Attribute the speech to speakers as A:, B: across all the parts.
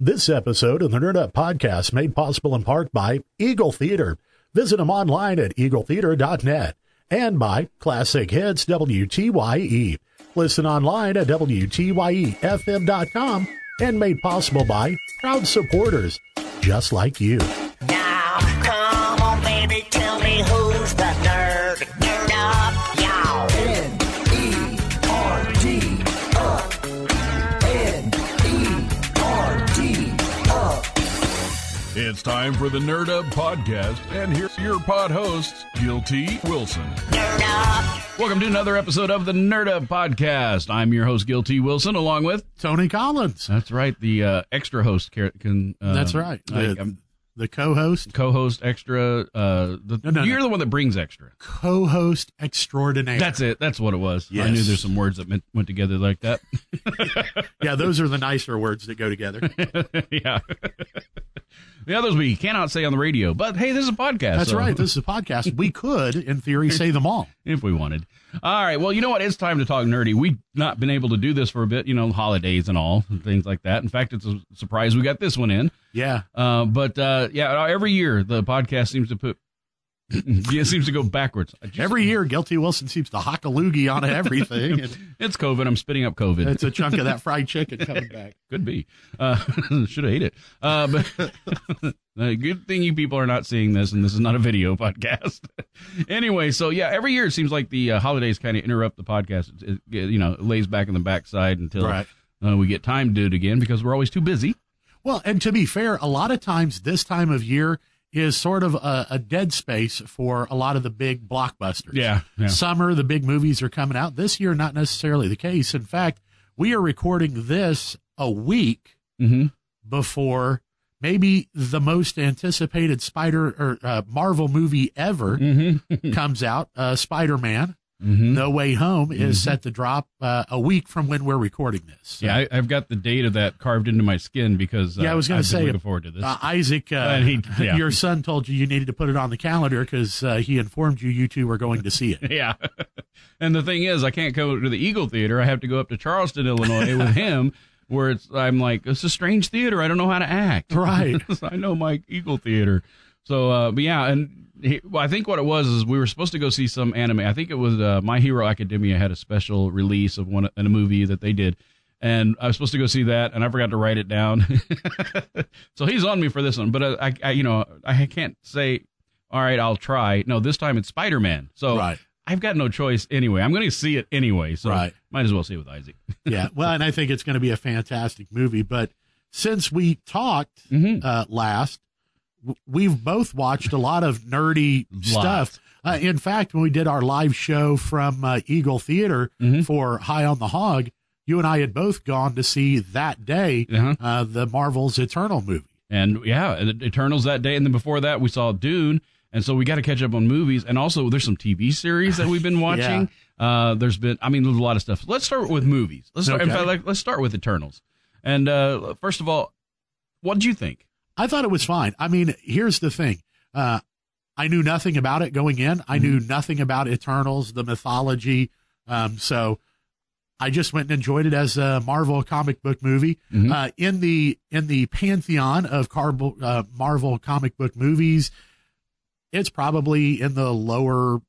A: This episode of the Nerd Up Podcast made possible in part by Eagle Theater. Visit them online at eagletheater.net and by Classic Hits WTYE. E. Listen online at E WTYEFM.com and made possible by proud supporters just like you.
B: Now, come on, baby, tell me who's the nerd. Nerd up, y'all.
C: N E R D up. N E R D up.
D: It's time for the Nerd Up Podcast, and here's your pod hosts, Gil T. Wilson.
B: Nerd up.
D: Welcome to another episode of the Nerd Up Podcast. I'm your host, Gil T. Wilson, along with,
A: Tony Collins.
D: that's right, the uh, extra host. Car- Can, uh,
A: That's right.
D: I,
A: The-
D: am
A: the co-host,
D: co-host extra. Uh, the,
A: No, no,
D: you're
A: no.
D: the one that brings extra.
A: co-host extraordinaire.
D: That's it. That's what it was. I
A: Yes.
D: knew there's some words that meant, went together like that.
A: yeah, those are the nicer words that go together.
D: yeah. the others we cannot say on the radio, but hey, this is a podcast.
A: That's
D: so-
A: right. This is a podcast. We could, in theory, say them all.
D: if we wanted. All right. Well, you know what? It's time to talk nerdy. We've not been able to do this for a bit, you know, holidays and all, and things like that. In fact, it's a surprise we got this one in.
A: Yeah.
D: Uh, but uh, yeah, every year the podcast seems to put, it seems to go backwards. I just-
A: Every year, Guilty Wilson seems to hock a loogie on everything. and
D: it's COVID. I'm spitting up COVID.
A: it's a chunk of that fried chicken coming back.
D: Could be. Uh, should have ate it. Uh, but Uh, good thing you people are not seeing this, and this is not a video podcast. anyway, so yeah, every year it seems like the uh, holidays kind of interrupt the podcast. It, it, you know, it lays back in the backside until
A: Right.
D: uh, we get time to do it again because we're always too busy.
A: Well, and to be fair, a lot of times this time of year is sort of a, a dead space for a lot of the big blockbusters.
D: Yeah, yeah.
A: Summer, the big movies are coming out. This year, not necessarily the case. In fact, we are recording this a week
D: hmm
A: before maybe the most anticipated Spider or uh, Marvel movie ever
D: hmm
A: comes out, uh, Spider Man.
D: hmm
A: No Way Home is set to drop uh, a week from when we're recording this. So,
D: Yeah, I, I've got the date of that carved into my skin because uh,
A: Yeah, I was gonna
D: I've been
A: say-
D: looking forward to this.
A: uh, Isaac, uh,
D: And he- yeah.
A: your son told you you needed to put it on the calendar because uh, he informed you you two were going to see it.
D: Yeah. and the thing is, I can't go to the Eagle Theater. I have to go up to Charleston, Illinois with him, where it's I'm like, it's a strange theater. I don't know how to act.
A: Right.
D: I know my Eagle Theater. So, uh, but yeah, and he, well, I think what it was is we were supposed to go see some anime. I think it was uh, My Hero Academia had a special release of one in a movie that they did. And I was supposed to go see that, and I forgot to write it down. so he's on me for this one, but uh, I, I, I you know, I can't say, all right, I'll try. No, this time it's Spider Man. So
A: Right.
D: I've got no choice anyway. I'm going to see it anyway, so
A: Right.
D: might as well see it with Isaac.
A: yeah. Well, and I think it's going to be a fantastic movie. But since we talked
D: Mhm.
A: uh, last, w- we've both watched a lot of nerdy stuff. Uh, in fact, when we did our live show from uh, Eagle Theater
D: Mhm.
A: for High on the Hog, you and I had both gone to see that day
D: Uh-huh.
A: uh, the Marvel's Eternal movie.
D: And yeah, and the Eternals that day, and then before that we saw Dune, and so we got to catch up on movies, and also there's some TV series that we've been watching. uh, there's been, I mean, there's a lot of stuff. Let's start with movies. Let's start, in
A: Okay.
D: fact, like, let's start with Eternals. And uh, first of all, what did you think?
A: I thought it was fine. I mean, here's the thing. Uh, I knew nothing about it going in. I knew nothing about Eternals, the mythology. Um, so I just went and enjoyed it as a Marvel comic book movie.
D: Mhm.
A: Uh, in the in the pantheon of carbo, uh, Marvel comic book movies, it's probably in the lower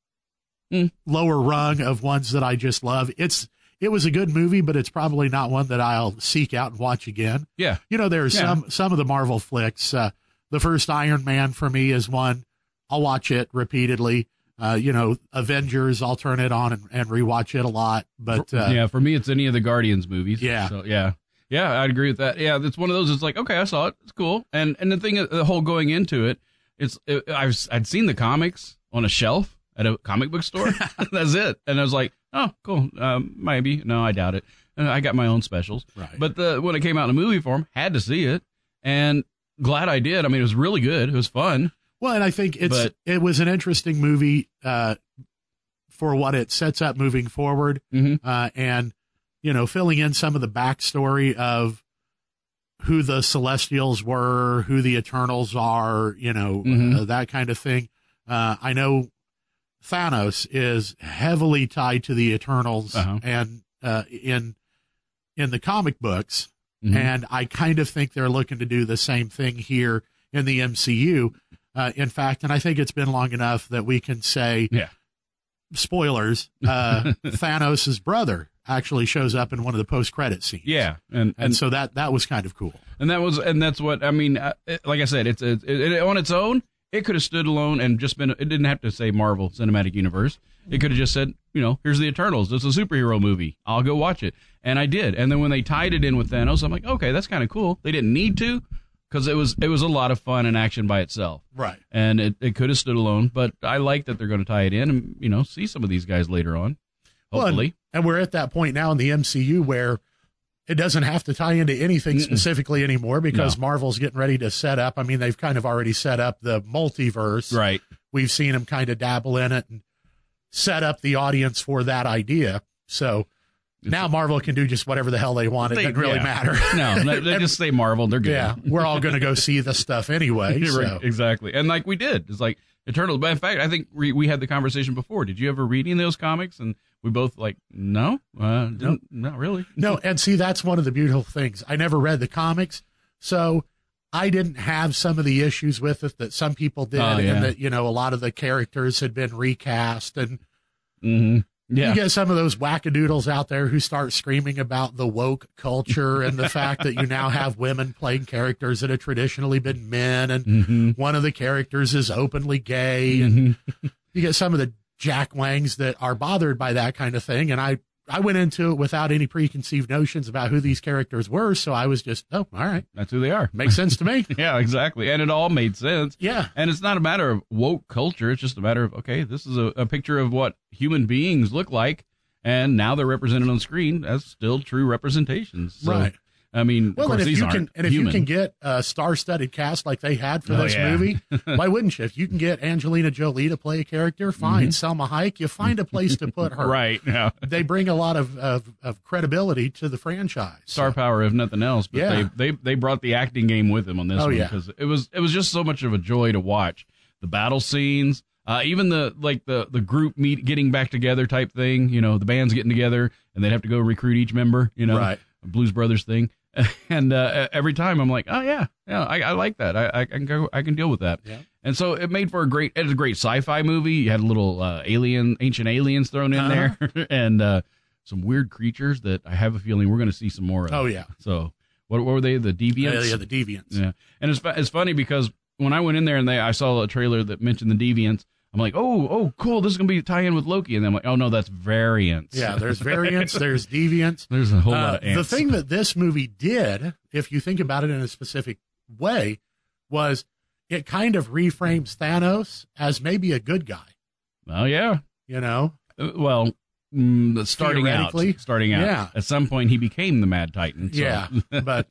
D: Mm.
A: lower rung of ones that I just love. It's it was a good movie, but it's probably not one that I'll seek out and watch again.
D: Yeah,
A: You know, there's
D: Yeah.
A: some some of the Marvel flicks. Uh, the first Iron Man for me is one I'll watch it repeatedly. Uh, you know, Avengers, I'll turn it on and, and rewatch it a lot. But uh,
D: yeah. For me, it's any of the Guardians movies.
A: Yeah.
D: so, yeah, yeah. I'd agree with that. Yeah, that's one of those. It's like, okay, I saw it. It's cool. And and the thing, is, the whole going into it, it's it, I've I'd seen the comics on a shelf at a comic book store. that's it. And I was like, oh, cool. Um, maybe. No, I doubt it. And I got my own specials.
A: Right.
D: But the, when it came out in a movie form, had to see it, and glad I did. I mean, it was really good. It was fun.
A: well, and I think it's
D: But-
A: it was an interesting movie uh, for what it sets up moving forward,
D: Mm-hmm.
A: uh, and you know, filling in some of the backstory of who the Celestials were, who the Eternals are, you know,
D: Mhm.
A: uh, that kind of thing. Uh, I know Thanos is heavily tied to the Eternals,
D: Uh-huh.
A: and uh, in in the comic books,
D: Mhm.
A: And I kind of think they're looking to do the same thing here in the MCU. Uh, in fact, and I think it's been long enough that we can say,
D: Yeah.
A: spoilers, uh, Thanos' brother actually shows up in one of the post credit scenes.
D: Yeah, and
A: And, so that, that was kind of cool.
D: and that was and that's what I mean. uh, it- Like I said, it's it, it, it- on its own. It could have stood alone and just been. It didn't have to say Marvel Cinematic Universe. It could have just said, you know, here's the Eternals. It's a superhero movie. I'll go watch it, and I did. And then when they tied it in with Thanos, I'm like, okay, that's kind of cool. They didn't need to, because it was it was a lot of fun and action by itself,
A: Right.
D: and it, it could have stood alone. But I like that they're going to tie it in and you know see some of these guys later on,
A: Well,
D: hopefully.
A: and, and we're at that point now in the MCU where it doesn't have to tie into anything specifically anymore because Marvel's getting ready to set up. I mean, they've kind of already set up the multiverse.
D: right.
A: We've seen them kind of dabble in it and set up the audience for that idea. So now Marvel can do just whatever the hell they want. It
D: They-
A: doesn't really
D: yeah.
A: matter.
D: No, they- they just say Marvel. They're good.
A: yeah, we're all going to go see the stuff anyway.
D: Yeah, right,
A: so.
D: Exactly. And like we did. It's like Eternals. But in fact, I think we, we had the conversation before. Did you ever read any of those comics? And we both like, no, uh, didn't, not really.
A: No, and see, that's one of the beautiful things. I never read the comics, so I didn't have some of the issues with it that some people did,
D: Oh, yeah.
A: and that you know a lot of the characters had been recast, and
D: Mm-hmm. Yeah.
A: you get some of those wackadoodles out there who start screaming about the woke culture and the fact that you now have women playing characters that have traditionally been men, and
D: Mm-hmm.
A: one of the characters is openly gay, and you get some of the jack wangs that are bothered by that kind of thing and i i went into it without any preconceived notions about who these characters were so i was just oh all right
D: That's who they are.
A: makes sense to me
D: Yeah, exactly. And it all made sense.
A: yeah
D: And it's not a matter of woke culture. It's just a matter of, okay, this is a, a picture of what human beings look like. And now they're represented on screen as still true representations. So,
A: Right.
D: I mean, of
A: well
D: course,
A: and if
D: these
A: you
D: aren't
A: can and if
D: human.
A: you can get a star-studded cast like they had for
D: Oh,
A: this
D: yeah.
A: movie why wouldn't you if you can get angelina jolie to play a character fine selma hayek you find a place to put her
D: Mm-hmm. Right. Yeah.
A: they bring a lot of of, of credibility to the franchise
D: star power if nothing else but
A: Yeah.
D: they, they they brought the acting game with them on this
A: Oh,
D: one
A: yeah.
D: because it was it was just so much of a joy to watch the battle scenes uh, even the like the the group meet getting back together type thing you know the band's getting together and they'd have to go recruit each member you know
A: Right.
D: a blues brothers thing and uh, every time i'm like oh yeah yeah i, I like that I, I can go i can deal with that
A: Yeah.
D: and so it made for a great it was a great sci-fi movie you had a little uh, alien ancient aliens thrown in
A: Uh-huh.
D: there and uh some weird creatures that I have a feeling we're going to see some more of.
A: oh yeah
D: So what, what were they? The
A: yeah,
D: Deviants.
A: yeah the deviants
D: Yeah. And it's fu- it's funny because when I went in there and they I saw a trailer that mentioned the Deviants, I'm like, oh oh cool, this is gonna be a tie in with Loki, and I'm like, oh no, that's variants.
A: yeah there's variants there's deviants
D: There's a whole
A: Uh,
D: lot of
A: the
D: ants.
A: thing that this movie did, if you think about it in a specific way, was it kind of reframes Thanos as maybe a good guy.
D: oh yeah.
A: You know,
D: Uh, Well. Mm, the starting out,
A: Theoretically,
D: starting out.
A: yeah.
D: At some point, he became the Mad Titan. so-
A: yeah, but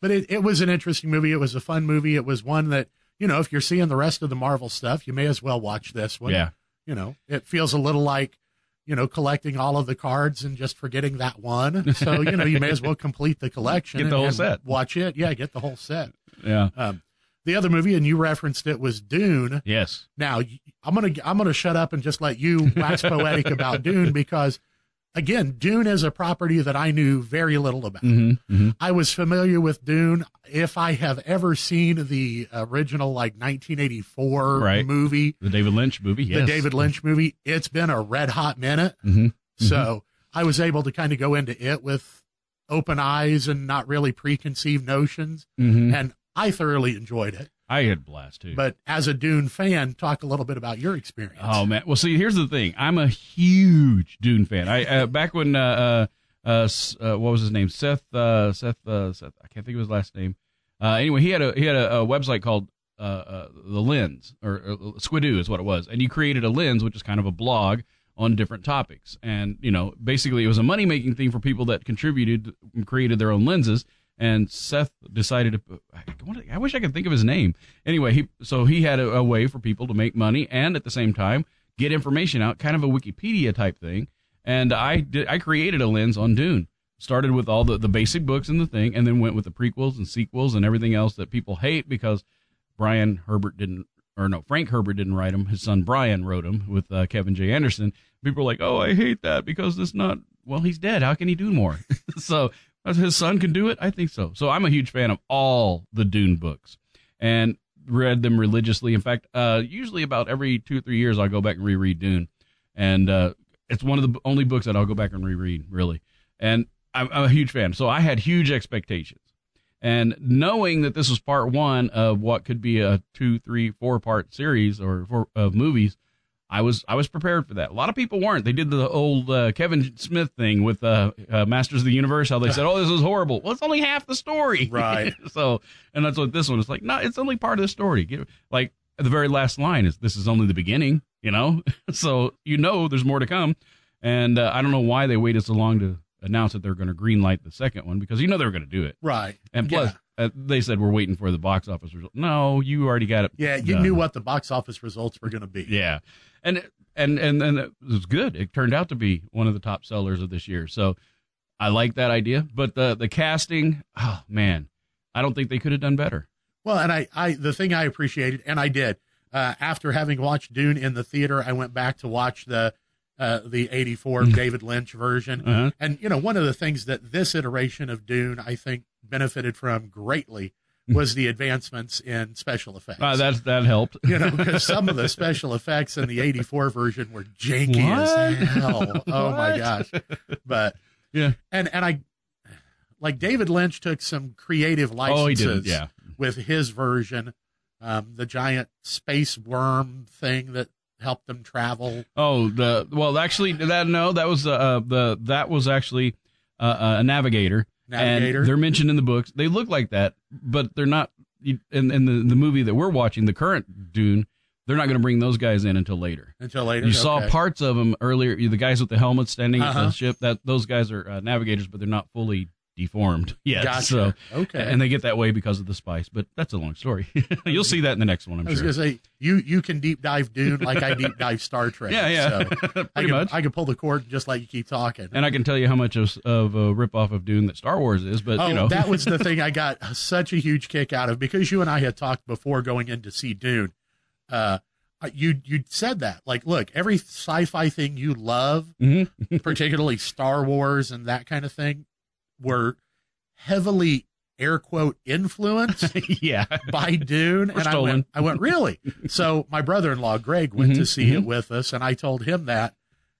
A: but it, it was an interesting movie. It was a fun movie. It was one that you know, if you're seeing the rest of the Marvel stuff, you may as well watch this one.
D: yeah.
A: you know, it feels a little like you know collecting all of the cards and just forgetting that one. So you know, you may as well complete the collection.
D: Get the
A: and-
D: whole
A: and
D: set.
A: Watch it. Yeah, get the whole set.
D: Yeah.
A: Um, the other movie, and you referenced it, was Dune.
D: Yes.
A: Now y- I'm gonna I'm gonna shut up and just let you wax poetic about Dune because, again, Dune is a property that I knew very little about.
D: hmm hmm
A: I was familiar with Dune if I have ever seen the original like 1984
D: Right.
A: movie,
D: The David Lynch movie. Yes.
A: the David Lynch movie. It's been a red hot minute,
D: hmm
A: so I was able to kind of go into it with open eyes and not really preconceived notions,
D: hmm
A: and I thoroughly enjoyed it
D: I had a blast too.
A: but as a Dune fan, talk a little bit about your experience.
D: Oh man! Well, see, here's the thing. I'm a huge Dune fan. I uh, back when uh, uh, uh, S- uh, what was his name? Seth uh, Seth uh, Seth. I can't think of his last name. Uh, anyway, he had a he had a, a website called uh, uh, the Lens or uh, Squidoo is what it was, and he created a lens, which is kind of a blog on different topics. And you know, basically, it was a money making thing for people that contributed, created their own lenses. And Seth decided to. I wanna- I wish I could think of his name. Anyway, he so he had a, a way for people to make money and at the same time get information out, kind of a Wikipedia type thing. And I did. I created a lens on Dune. Started with all the, the basic books and the thing, and then went with the prequels and sequels and everything else that people hate because Brian Herbert didn't, or no, Frank Herbert didn't write them. His son Brian wrote them with uh, Kevin J. Anderson. People are like, oh, I hate that because it's not, well, he's dead. How can he do more? so As his son can do it, I think so. So I'm a huge fan of all the Dune books, and read them religiously. In fact, uh, usually about every two or three years, I'll go back and reread Dune, and uh, it's one of the only books that I'll go back and reread really. And I'm, I'm a huge fan, so I had huge expectations. And knowing that this was part one of what could be a two, three, four part series or four, of movies, I was I was prepared for that. A lot of people weren't. They did the old uh, Kevin Smith thing with uh, uh, Masters of the Universe, how they said, "Oh, this is horrible." Well, it's only half the story,
E: Right.
D: so, and that's what this one is like. No, it's only part of the story. Get, like the very last line is, "This is only the beginning." You know, so you know there's more to come. And uh, I don't know why they waited so long to announce that they're going to greenlight the second one because you know they're going to do it.
A: Right.
D: And plus,
A: Yeah.
D: uh, they said we're waiting for the box office result. No, you already got it.
A: Yeah, you
D: done.
A: knew what the box office results were going to be.
D: Yeah, and and and and it was good. It turned out to be one of the top sellers of this year. So I like that idea. But the the casting, oh man, I don't think they could have done better.
A: Well, and I, I, the thing I appreciated, and I did, uh, after having watched Dune in the theater, I went back to watch the, uh, the '84 David Lynch version.
D: Mm. Uh-huh.
A: And you know, one of the things that this iteration of Dune, I think, benefited from greatly was the advancements in special effects.
D: Uh, that's Mm. that helped.
A: you know, because some of the special effects in the '84 version were janky
D: What?
A: as hell. Oh my
D: What?
A: gosh! But
D: Yeah.
A: and and I like David Lynch took some creative licenses
D: Oh, he did. Yeah.
A: with his version, um, the giant space worm thing that helped them travel.
D: Oh, the well, actually, that no, that was uh, the that was actually uh, a navigator.
A: Navigator.
D: And they're mentioned in the books. They look like that, but they're not. you- In, in the the movie that we're watching, the current Dune, they're not going to bring those guys in until later.
A: until later.
D: You saw
A: Okay.
D: parts of them earlier. The guys with the helmets standing at
A: Uh-huh.
D: the ship. That those guys are uh, navigators, but they're not fully deformed yet.
A: Gotcha.
D: So,
A: okay.
D: and they get that way because of the spice. But that's a long story. You'll see that in the next one,
A: I
D: I'm
A: was
D: sure.
A: gonna say you you can deep dive Dune like I deep dive Star Trek.
D: Yeah, yeah,
A: So
D: pretty
A: I can
D: much.
A: I can pull the cord and just let you keep talking.
D: and I can tell you how much of, of a ripoff of Dune that Star Wars is, but
A: Oh,
D: you know,
A: that was the thing I got such a huge kick out of because you and I had talked before going in to see Dune. Uh, you you said that like, look, every sci-fi thing you love,
D: Mhm.
A: particularly Star Wars and that kind of thing, were heavily air quote influenced
D: yeah,
A: by Dune. and I
D: stolen.
A: went, I went really. So my brother-in-law Greg went to
D: Mhm,
A: see it with us, and I told him that,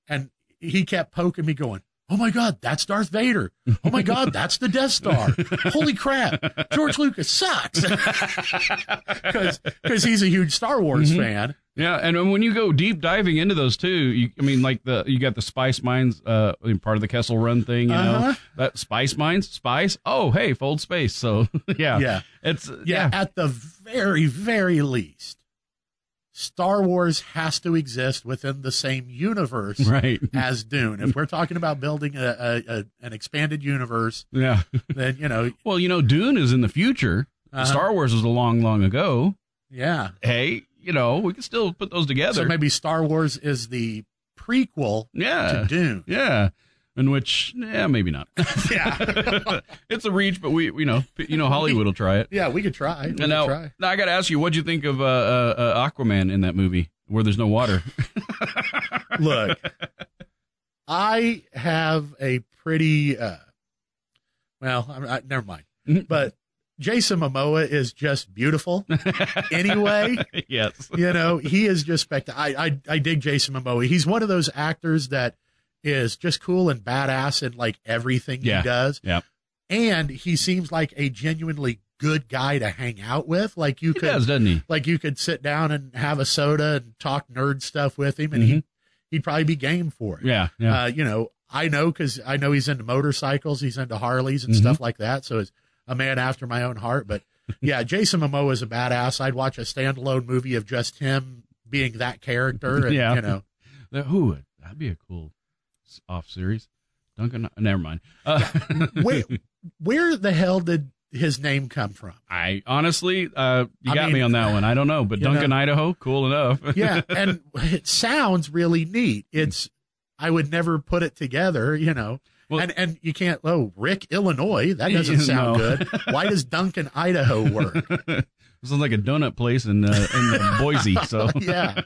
A: and he kept poking me, going. Oh my God, that's Darth Vader. Oh my God, that's the Death Star. Holy crap. George Lucas sucks. Because he's a huge Star Wars
D: Mhm.
A: fan.
D: yeah. And when you go deep diving into those too, you, I mean, like the you got the spice mines, uh, in part of the Kessel Run thing, you know,
A: Uh-huh.
D: that spice mines, spice. Oh, hey, fold space. So yeah,
A: Yeah.
D: it's
A: yeah.
D: yeah.
A: At the very, very least, Star Wars has to exist within the same universe
D: Right.
A: as Dune. If we're talking about building a, a, a an expanded universe,
D: Yeah.
A: then, you know,
D: Well, you know, Dune is in the future.
A: Uh-huh.
D: Star Wars was a long, long ago.
A: yeah.
D: Hey, you know, we can still put those together.
A: So maybe Star Wars is the prequel
D: yeah.
A: to Dune.
D: Yeah. In which, yeah, maybe not.
A: Yeah.
D: it's a reach, but we, you know, you know, Hollywood will try it.
A: Yeah, we could try. We
D: And
A: could
D: now,
A: try.
D: now I got to ask you, what'd you think of uh, uh, uh, Aquaman in that movie where there's no water?
A: look i have a pretty uh well I, I, never mind but jason momoa is just beautiful anyway
D: yes.
A: you know he is just spectacular I, I i dig jason momoa he's one of those actors that is just cool and badass in like everything
D: Yeah.
A: he does
D: Yeah.
A: and he seems like a genuinely good guy to hang out with like you
D: He
A: could
D: does, doesn't he?
A: like you could sit down and have a soda and talk nerd stuff with him and he,
D: Mm-hmm.
A: he'd probably be game for it
D: Yeah. Yeah.
A: uh, you know i know because i know he's into motorcycles he's into harleys
D: Mm-hmm.
A: and stuff like that so it's a man after my own heart but yeah jason momoa is a badass i'd watch a standalone movie of just him being that character and,
D: Yeah.
A: you know
D: That- who would? That'd be a cool s- off series. Duncan, never mind. Uh,
A: where, where the hell did his name come from
D: I honestly, uh, you
A: I
D: got
A: mean,
D: me on that one. I don't know, but
A: you
D: Duncan,
A: know.
D: Idaho, cool enough.
A: yeah and it sounds really neat it's i would never put it together you know
D: Well-
A: and and you can't oh rick illinois that doesn't sound
D: No.
A: good why does duncan idaho work
D: This is like a donut place in uh, in uh, Boise. So
A: yeah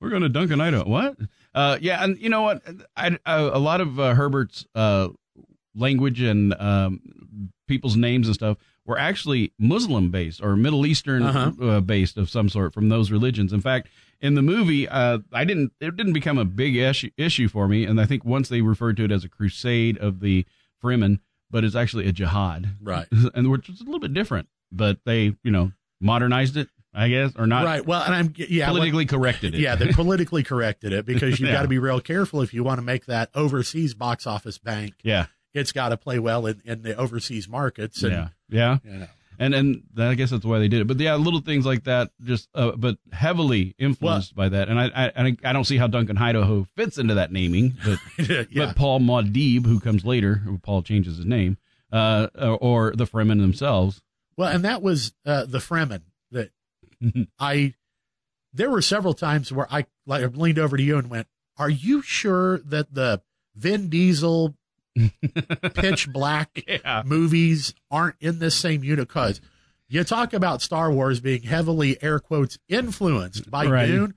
D: we're going to Duncan, Idaho. What? Uh, yeah, and you know what? I, I, a lot of uh, Herbert's uh, language and um, people's names and stuff were actually Muslim based or Middle Eastern
A: Uh-huh.
D: uh, based of some sort from those religions. In fact, in the movie, uh, I didn't it didn't become a big issue, issue for me, and I think once they referred to it as a crusade of the Fremen, but it's actually a jihad,
A: Right.
D: and which is a little bit different. But they, you know, modernized it, I guess, or not
A: right. Well, and I'm yeah. what-
D: politically corrected it.
A: yeah, they politically corrected it because you've
D: Yeah.
A: got to be real careful if you want to make that overseas box office bank.
D: yeah,
A: It's got to play well in, in the overseas markets. And,
D: yeah, yeah.
A: You know.
D: and and that, I guess that's why they did it. But yeah, little things like that, just uh, but heavily influenced by that. And I, I and I don't see how Duncan Idaho fits into that naming, but
A: yeah.
D: but Paul Maudib, who comes later, who Paul changes his name, uh, or the Fremen themselves.
A: Well, and that was uh, the Fremen that
D: Mm-hmm.
A: I. There were several times where I like leaned over to you and went, "Are you sure that the Vin Diesel pitch black
D: Yeah,
A: Uh, movies aren't in this same unit?" Because you talk about Star Wars being heavily air quotes influenced by
D: Right.
A: Dune,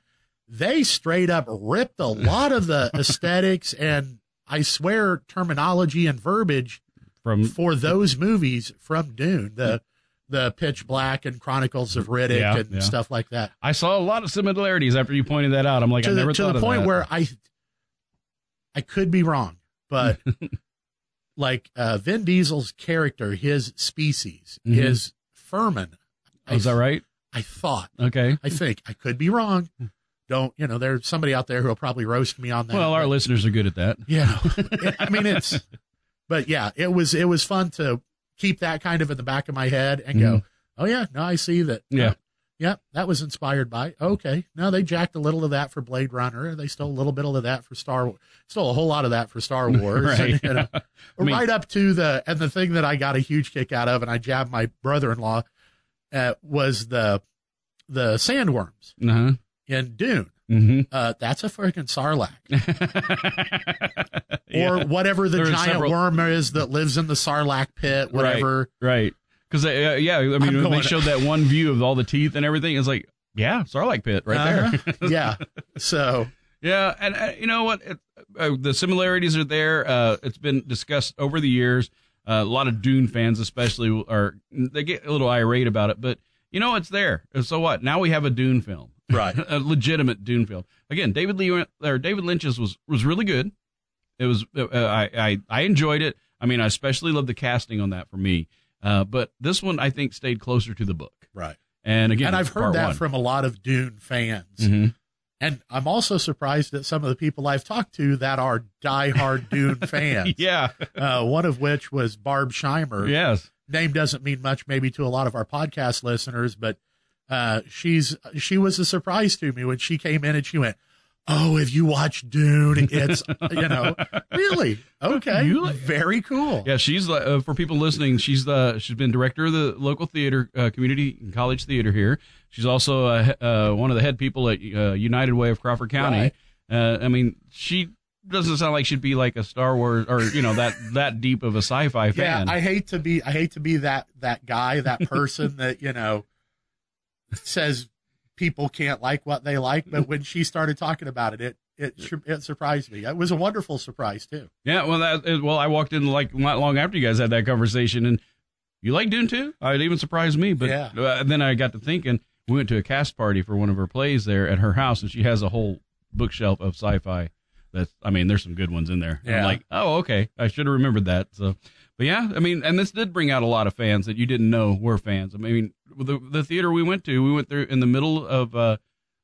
A: they straight up ripped a lot of the aesthetics and I swear terminology and verbiage
D: from
A: for those movies from Dune, the the Pitch Black and Chronicles of Riddick
D: Yeah,
A: and
D: yeah.
A: stuff like that.
D: I saw a lot of similarities after you pointed that out. I'm like,
A: to
D: I
A: the,
D: never
A: to
D: thought
A: the
D: of
A: point
D: that.
A: where I I could be wrong, but like uh, Vin Diesel's character, his species,
D: Mhm.
A: his Furman.
D: Oh, is that right?
A: I thought.
D: Okay.
A: I think I could be wrong.
D: Hmm.
A: Don't you know? There's somebody out there who'll probably roast me on that.
D: Well, our listeners are good at that.
A: Yeah. I mean, it's, but yeah, it was, it was fun to keep that kind of in the back of my head and go, oh, yeah, no, I see that.
D: Mm-hmm. Yeah.
A: yeah, that was inspired by. Okay. Now they jacked a little of that for Blade Runner. They stole a little bit of that for Star Wars. Stole a whole lot of that for Star Wars.
D: Right.
A: And, you know,
D: I mean-
A: right up to the, and the thing that I got a huge kick out of, and I jabbed my brother in law, uh, was the, the sandworms
D: Uh-huh.
A: in Dune.
D: Mm-hmm.
A: Uh, that's a freaking sarlacc
D: Mm-hmm. Yeah.
A: or whatever the
D: There are
A: giant
D: several-
A: worm is that lives in the sarlacc pit, whatever.
D: Right. Because uh, yeah, I mean,
A: I'm
D: when they
A: going-
D: showed that one view of all the teeth and everything, it's like, yeah, Sarlacc pit right there.
A: Uh-huh. yeah. So
D: yeah, and uh, you know what? It, uh, the similarities are there. Uh, it's been discussed over the years. Uh, a lot of Dune fans, especially, are they get a little irate about it, but you know it's there. So what? Now we have a Dune film,
A: Right.
D: a legitimate Dune film. Again, David Lee or David Lynch's was was really good. It was uh, I, I I enjoyed it. I mean, I especially loved the casting on that for me. Uh, but this one I think stayed closer to the book.
A: right.
D: And again,
A: and I've heard
D: part
A: that
D: one.
A: from a lot of Dune fans.
D: Mhm.
A: And I'm also surprised at some of the people I've talked to that are diehard Dune fans.
D: Yeah.
A: Uh, one of which was Barb Scheimer.
D: yes.
A: Name doesn't mean much, maybe to a lot of our podcast listeners, but uh, she's she was a surprise to me when she came in and she went, "Oh, if you watch Dune, it's you know really okay,
D: You like-
A: very cool."
D: Yeah, she's the- uh, for people listening. She's the she's been director of the local theater uh, community and college theater here. She's also uh, he- uh, one of the head people at uh, United Way of Crawford County. Uh, I mean, she doesn't sound like she'd be like a Star Wars or you know that that deep of a sci-fi
A: Yeah,
D: fan.
A: I hate to be I hate to be that that guy, that person that, you know, says people can't like what they like, but when she started talking about it, it it sur- it surprised me. It was a wonderful surprise too.
D: yeah, well, that is- well, I walked in like not long after you guys had that conversation, and you like Dune too. Uh, It even surprised me, but
A: Yeah.
D: uh, then I got to thinking. We went to a cast party for one of her plays there at her house, and she has a whole bookshelf of sci-fi. That's, I mean, there's some good ones in there. And I'm
A: Yeah.
D: like, oh, okay, I should have remembered that. So, but yeah, I mean, and this did bring out a lot of fans that you didn't know were fans. I mean, the the theater we went to, we went through in the middle of, uh,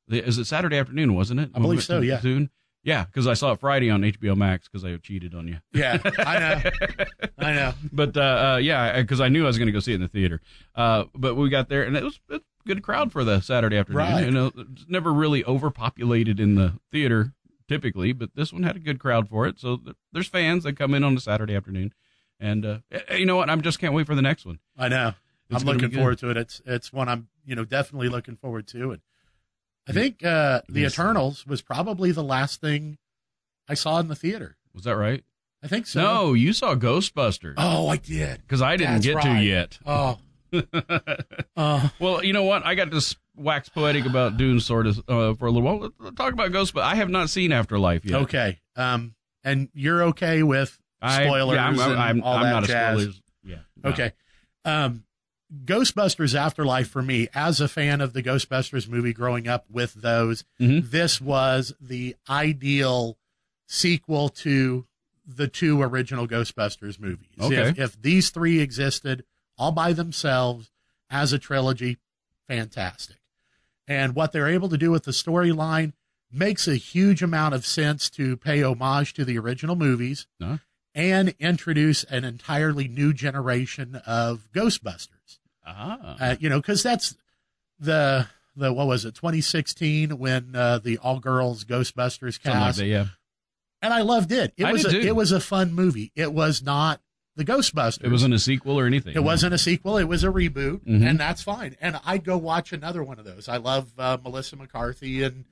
D: the, is it Saturday afternoon? Wasn't it?
A: I believe
D: We went
A: so,
D: to
A: yeah.
D: Dune? yeah, because I saw it Friday on HBO Max because I cheated on you.
A: Yeah, I know. I know.
D: But uh, uh, yeah, because I knew I was going to go see it in the theater. Uh, but we got there, and it was a good crowd for the Saturday afternoon.
A: Right.
D: You know, it's never really overpopulated in the theater typically, but this one had a good crowd for it. So th- there's fans that come in on a Saturday afternoon, and uh, eh, you know what? I'm just can't wait for the next one.
A: I know.
D: It's
A: I'm
D: gonna be
A: looking
D: good.
A: forward to it. It's it's one I'm, you know, definitely looking forward to and I think uh The
D: Yes.
A: Eternals was probably the last thing I saw in the theater.
D: Was that right?
A: I think so.
D: no, you saw Ghostbusters
A: Oh, I did.
D: because I didn't
A: that's
D: get
A: right.
D: to
A: Oh.
D: yet.
A: Oh.
D: Well, you know what? I got to s- wax poetic about Dune sort of uh, for a little while. Let's talk about Ghost, but I have not seen Afterlife yet.
A: Okay. Um, and you're okay with Spoilers
D: I, yeah, I'm, I'm,
A: and
D: I'm-
A: all
D: I'm
A: that
D: not a
A: jazz.
D: spoilers. Yeah. no.
A: Okay. Um, Ghostbusters Afterlife for me, as a fan of the Ghostbusters movie growing up with those,
D: Mhm.
A: this was the ideal sequel to the two original Ghostbusters movies.
D: Okay.
A: If, if these three existed all by themselves as a trilogy, fantastic. And what they're able to do with the storyline makes a huge amount of sense to pay homage to the original movies
D: No.
A: and introduce an entirely new generation of Ghostbusters.
D: Ah.
A: Uh, you know, because that's the the what was it 2016 when uh, the all girls Ghostbusters
D: Something like
A: cast,
D: that, yeah.
A: and I loved it. It
D: I
A: was
D: did
A: a,
D: too.
A: it was a fun movie. It was not the Ghostbusters.
D: It wasn't a sequel or anything.
A: It wasn't a sequel. It was a reboot,
D: Mhm.
A: and that's fine. And I'd go watch another one of those. I love uh, Melissa McCarthy and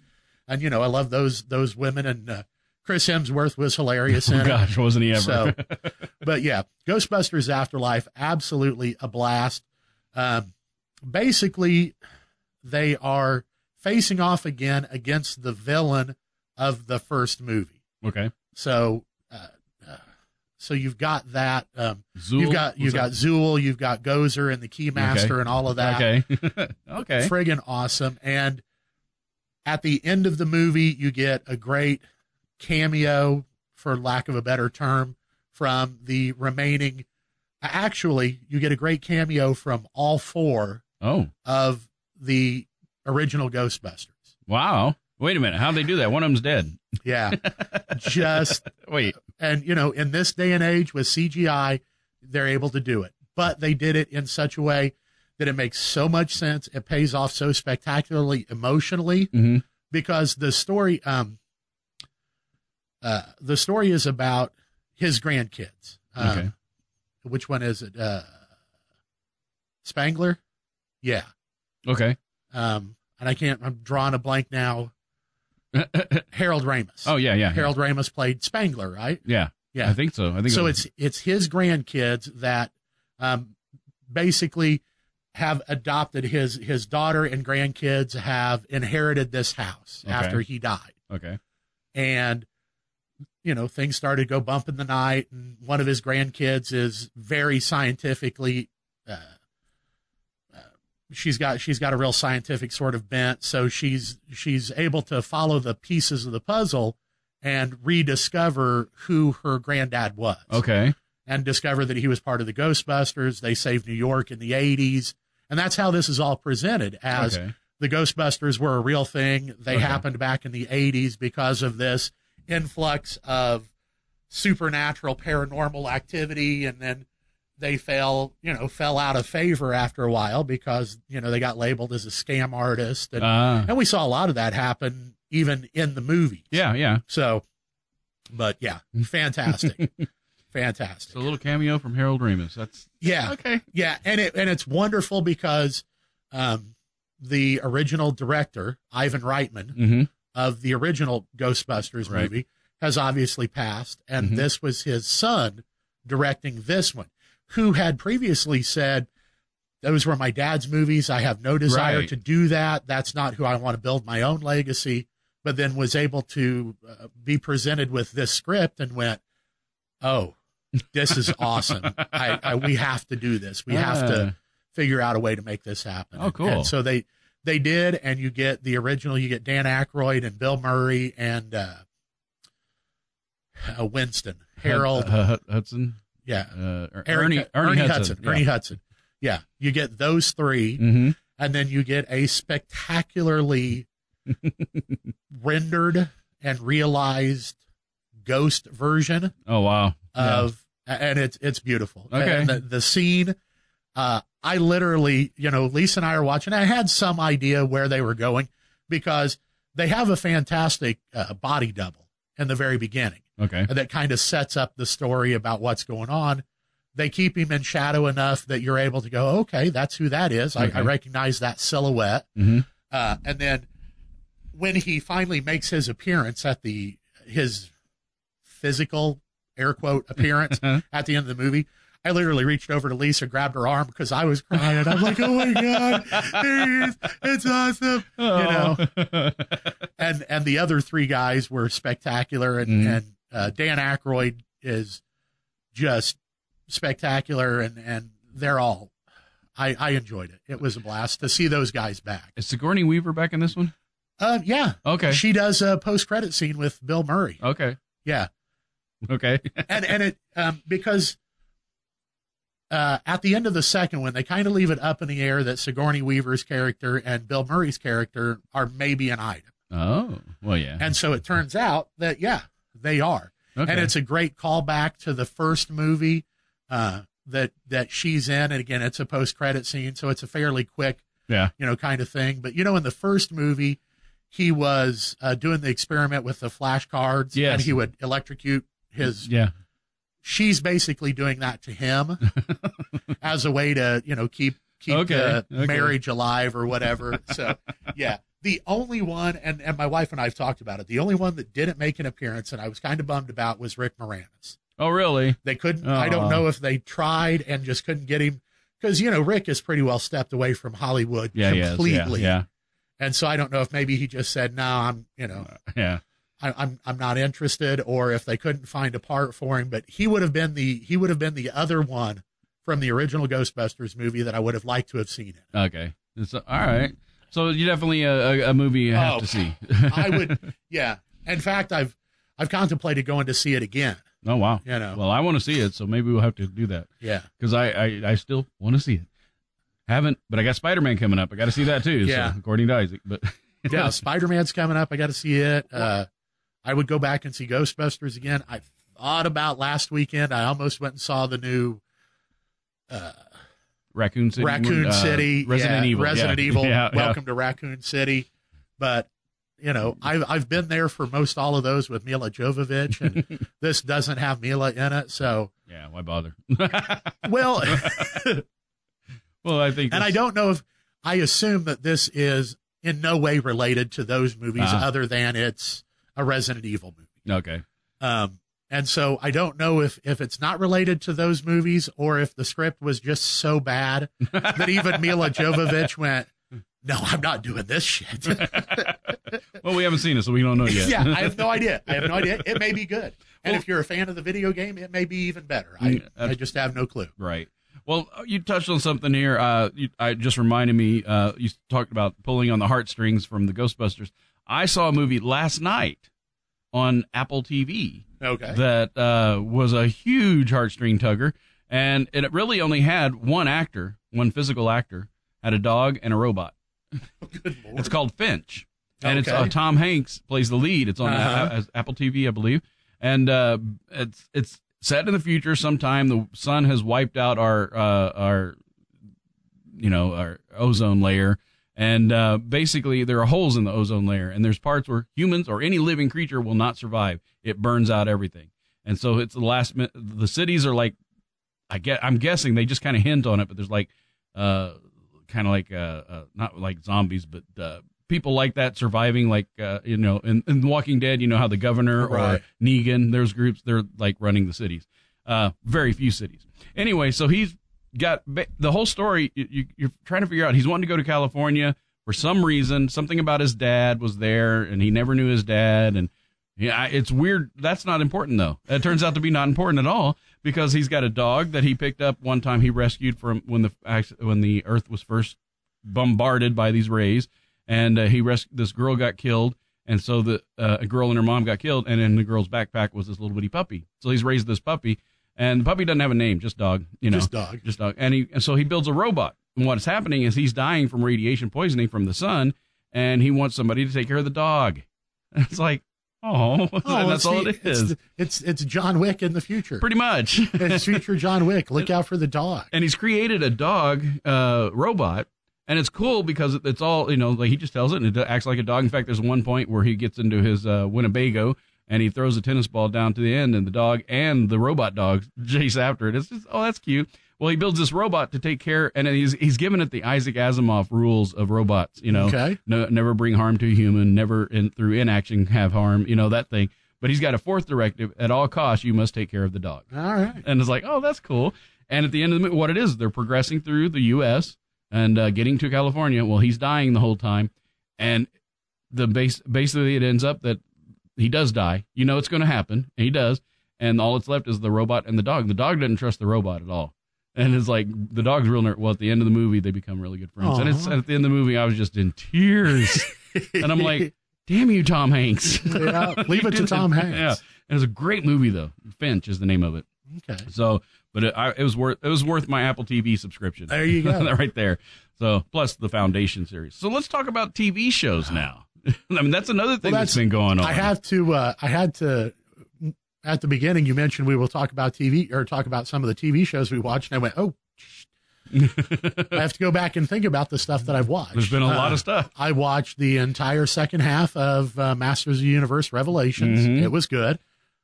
A: and you know I love those those women. And uh, Chris Hemsworth was hilarious in
D: Oh,
A: it.
D: gosh, wasn't he ever?
A: So, but yeah, Ghostbusters Afterlife, absolutely a blast. Um, basically, they are facing off again against the villain of the first movie.
D: okay.
A: So, uh, uh, so you've got that. Um,
D: Zool.
A: you've got you've got
D: was
A: Zool, you've got Gozer and the Keymaster and all of that.
D: that- Okay. okay.
A: Friggin' awesome. And at the end of the movie, you get a great cameo, for lack of a better term, from the remaining. Actually, you get a great cameo from all four
D: Oh,
A: of the original Ghostbusters.
D: wow. Wait a minute. How'd they do that? One of them's dead.
A: Yeah. Just Uh,
D: Wait.
A: and you know in this day and age with cgi they're able to do it but they did it in such a way that it makes so much sense it pays off so spectacularly emotionally
D: Mhm.
A: because the story um uh the story is about his grandkids um,
D: Okay.
A: which one is it uh spangler yeah
D: Okay.
A: um and i can't i'm drawing a blank now harold ramis
D: oh, yeah, yeah. yeah.
A: harold ramis played spangler right
D: Yeah.
A: yeah
D: I think so. I think it
A: so
D: was-
A: it's it's his grandkids that um, basically have adopted his his daughter and grandkids have inherited this house
D: Okay.
A: after he died
D: okay.
A: and you know things started to go bump in the night and one of his grandkids is very scientifically uh, uh, she's got she's got a real scientific sort of bent so she's she's able to follow the pieces of the puzzle and rediscover who her granddad was
D: Okay.
A: and discover that he was part of the Ghostbusters. They saved New York in the 80s. And that's how this is all presented as
D: okay.
A: the Ghostbusters were a real thing. They
D: Okay.
A: happened back in the 80s because of this influx of supernatural paranormal activity and then they fell, you know, fell out of favor after a while because, you know, they got labeled as a scam artist and,
D: Ah.
A: and we saw a lot of that happen even in the movie.
D: yeah, yeah.
A: So but yeah, fantastic. fantastic.
D: It's a little cameo from Harold Ramis. That's
A: Yeah,
D: okay.
A: yeah, and it and it's wonderful because um, the original director Ivan Reitman
D: Mm-hmm.
A: of the original Ghostbusters
D: Right.
A: movie has obviously passed, and
D: Mhm.
A: this was his son directing this one, who had previously said. Those were my dad's movies. I have no desire
D: Right.
A: to do that. That's not who I want to build my own legacy. But then was able to uh, be presented with this script and went, "Oh, this is awesome! I, I, we have to do this. We have
D: Uh,
A: to figure out a way to make this happen.
D: Oh,
A: And-
D: cool.
A: And so they they did, and you get the original. You get Dan Aykroyd and Bill Murray and uh, uh, Winston Harold.
D: uh, Hudson,
A: yeah,
D: uh, Er-
A: Eric-
D: Ernie, Ernie, Hudson,
A: Ernie Hudson. Yeah, you get those 3
D: Mm-hmm.
A: and then you get a spectacularly rendered and realized ghost version
D: Oh wow. Yeah.
A: of and it's it's beautiful.
D: Okay.
A: And the, the scene, uh, I literally, you know, Lisa and I are watching. I had some idea where they were going because they have a fantastic uh, body double in the very beginning
D: okay.
A: that kind of sets up the story about what's going on. They keep him in shadow enough that you're able to go, okay, that's who that is. I,
D: Okay.
A: I recognize that silhouette.
D: Mm-hmm.
A: Uh, and then when he finally makes his appearance at the his physical air quote appearance at the end of the movie, I literally reached over to Lisa, grabbed her arm because I was crying. I'm like, oh my god, there he is. it's awesome.
D: Oh. you know.
A: And and the other three guys were spectacular, and
D: Mhm.
A: and uh, Dan Aykroyd is just spectacular, and and they're all. I, I enjoyed it. It was a blast to see those guys back.
D: Is Sigourney Weaver back in this one?
A: Uh, yeah,
D: Okay. Oh.
A: she does a post credit scene with Bill Murray.
D: Okay.
A: Yeah,
D: Okay.
A: and and it um, because uh, at the end of the second one, they kind of leave it up in the air that Sigourney Weaver's character and Bill Murray's character are maybe an item,
D: Oh, well, yeah.
A: and so it turns out that yeah, they are,
D: Uh-huh. okay.
A: and it's a great callback to the first movie uh, that that she's in, and again, it's a post credit scene, so it's a fairly quick
D: yeah.
A: you know, kind of thing. But you know, in the first movie, he was uh, doing the experiment with the flashcards,
D: Yes.
A: and he would electrocute his.
D: Yeah.
A: She's basically doing that to him as a way to you know keep keep
D: Okay,
A: the
D: okay.
A: marriage alive or whatever. So yeah, the only one, and and my wife and I have talked about it. The only one that didn't make an appearance, and I was kind of bummed about, was Rick Moranis.
D: Oh, really?
A: They couldn't. I
D: Aw.
A: don't know if they tried and just couldn't get him because you know Rick has pretty well stepped away from Hollywood
D: Yeah. he is.
A: completely.
D: Yeah.
A: And so I don't know if maybe he just said, "No, I'm, you know,
D: Yeah. yeah.
A: I, I'm, I'm not interested," or if they couldn't find a part for him. But he would have been the he would have been the other one from the original Ghostbusters movie that I would have liked to have seen it.
D: Okay. It's, all right. So you definitely a, a, a movie you have
A: Oh,
D: to see.
A: I would, yeah. In fact, I've I've contemplated going to see it again.
D: oh wow.
A: You know,
D: Well, I want to see it, so maybe we'll have to do that
A: yeah,
D: because I, I I still want to see it. Haven't, but I got Spider Man coming up. I got to see that too. so,
A: Yeah.
D: according to Isaac, but
A: yeah. Spider Man's coming up. I got to see it. Uh, I would go back and see Ghostbusters again. I thought about last weekend. I almost went and saw the new. Uh,
D: Raccoon City.
A: Raccoon
D: uh,
A: City,
D: Resident
A: yeah,
D: Evil.
A: Resident
D: yeah.
A: Evil.
D: Yeah, yeah.
A: Welcome to Raccoon City, but you know, I've I've been there for most all of those with Mila Jovovich, and this doesn't have Mila in it. So,
D: Yeah, why bother?
A: well,
D: well, I think,
A: and I
D: it's-
A: don't know if I assume that this is in no way related to those movies,
D: Ah.
A: other than it's a Resident Evil movie.
D: Okay,
A: Um, and so I don't know if if it's not related to those movies or if the script was just so bad that even Mila Jovovich went, "No, I'm not doing this shit."
D: well, we haven't seen it, so we don't know yet.
A: yeah, I have no idea. I have no idea. It may be good, and if you're a fan of the video game, it may be even better. I
D: Yeah,
A: I just have no clue.
D: Right. Well, uh, you touched on something here. Uh, you, I it just reminded me. Uh, you talked about pulling on the heartstrings from the Ghostbusters. I saw a movie last night on Apple TV
A: Okay.
D: that uh, was a huge heartstring tugger, and it really only had one actor, one physical actor, had a dog and a robot.
A: Good lord.
D: It's called Finch, and it's
A: Okay.
D: uh, Tom Hanks plays the lead. It's on uh,
A: Uh-huh.
D: as Apple TV, I believe, and uh, it's it's set in the future. Sometime the sun has wiped out our uh, our you know our ozone layer, and uh, basically there are holes in the ozone layer, and there's parts where humans or any living creature will not survive. It burns out everything, and so it's the last. min- The cities are like, I get. I'm guessing they just kind of hint on it, but there's like. Uh, kind of like uh, uh not like zombies but uh people like that surviving like uh you know in, in The walking dead you know how the governor
A: Right.
D: or negan there's groups they're like running the cities uh very few cities anyway so he's got ba- the whole story you- you, you're trying to figure out he's wanting to go to california for some reason something about his dad was there and he never knew his dad and yeah, I- it's weird. That's not important though. It turns out to be not important at all because he's got a dog that he picked up one time. He rescued from when the acc- when the Earth was first bombarded by these rays, and uh, he res- this girl got killed, and so the uh, a girl and her mom got killed, and in the girl's backpack was this little bitty puppy. So he's raised this puppy, and the puppy doesn't have a name, just dog. You know,
A: Just dog.
D: just dog. And he and so he builds a robot. And what's happening is he's dying from radiation poisoning from the sun, and he wants somebody to take care of the dog. And it's like, oh,
A: Oh,
D: that's
A: it's
D: all
A: the-
D: it is.
A: It's, the- it's it's John Wick in the future.
D: Pretty much.
A: It's future John Wick. Look out for the dog.
D: and he's created a dog uh, robot, and it's cool because it's all you know. Like he just tells it, and it acts like a dog. In fact, there's one point where he gets into his uh, Winnebago and he throws a tennis ball down to the end, and the dog and the robot dog chase after it. It's just oh, that's cute. Well, he builds this robot to take care, and he's he's giving it the Isaac Asimov rules of robots. You know,
A: Okay.
D: no, never bring harm to a human, never in, through inaction have harm. You know that thing. But he's got a fourth directive: at all costs, you must take care of the dog
A: All right.
D: and it's like, oh, that's cool. And at the end of the movie, what it is, they're progressing through the U.S. and uh, getting to California. Well, he's dying the whole time, and the base basically it ends up that he does die. You know, it's going to happen, and he does. and all that's left is the robot and the dog. The dog doesn't trust the robot at all. And it's like the dog's real nerd. Well, at the end of the movie, they become really good friends. And it's
A: Aw.
D: at the end of the movie, I was just in tears, and I'm like, "Damn you, Tom Hanks!
A: Yeah, leave
D: You
A: it to
D: did
A: Tom
D: Yeah,
A: Hanks.
D: and it's a great movie though. Finch is the name of it.
A: Okay.
D: So, but it, I, it was worth it was worth my Apple TV subscription.
A: There you go.
D: right there. So, plus the Foundation series. So let's talk about TV shows now. I mean, that's another thing that's
A: that's-
D: been going on.
A: I have to. Uh, I had to. At the beginning, you mentioned we will talk about TV or talk about some of the TV shows we watched, and I went, "Oh, I have to go back and think about the stuff that I've watched."
D: There's been a lot
A: Uh,
D: of stuff.
A: I watched the entire second half of uh, Masters of the Universe Revelations.
D: Mhm.
A: It was good.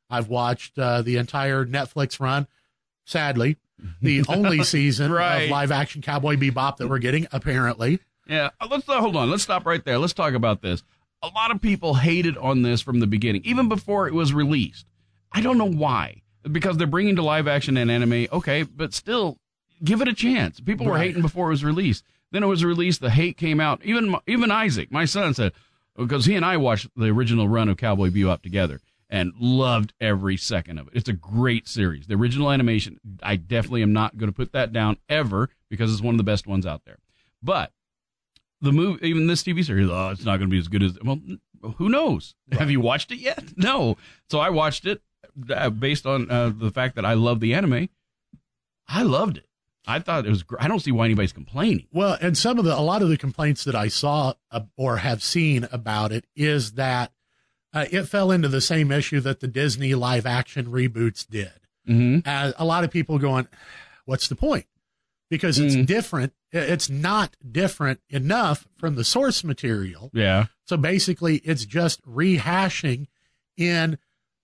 A: I've watched uh, the entire Netflix run. Sadly, the only season
D: Right.
A: of live action Cowboy Bebop that we're getting, apparently.
D: Yeah, uh, let's uh, hold on. Let's stop right there. Let's talk about this. A lot of people hated on this from the beginning, even before it was released. I don't know why, because they're bringing to live action and anime. Okay, but still, give it a chance. People were
A: Right.
D: hating before it was released. Then it was released. The hate came out. Even my- even Isaac, my son, said because he and I watched the original run of Cowboy Bebop together and loved every second of it. It's a great series. The original animation. I definitely am not going to put that down ever because it's one of the best ones out there. But the movie, even this TV series, oh, it's not going to be as good as. Well, who knows? Have you watched it yet? No. So I watched it uh, based on uh, the fact that I love the anime. I loved it. I thought it was. Gr- I don't see why anybody's complaining.
A: Well, and some of the a lot of the complaints that I saw uh, or have seen about it is that uh, it fell into the same issue that the Disney live action reboots did.
D: Mm-hmm.
A: Uh, a lot of people going, "What's the point?" Because it's
D: Mhm.
A: different. I- It's not different enough from the source material.
D: Yeah.
A: So basically, it's just rehashing in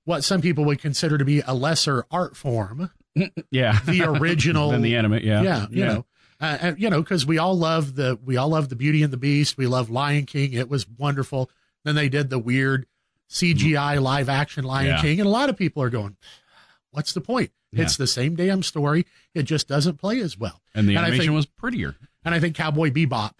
A: what some people would consider to be a lesser art form,
D: Yeah.
A: the original
D: Than the anime. Yeah.
A: yeah, you know, uh, and, you know, because we all love the we all love the Beauty and the Beast. We love Lion King. It was wonderful. Then they did the weird CGI live action Lion
D: Mm-hmm. Yeah.
A: King, and a lot of people are going, "What's the point?
D: Yeah.
A: It's the same damn story. It just doesn't play as well."
D: And the
A: And I
D: animation
A: think-
D: was prettier.
A: And I think Cowboy Bebop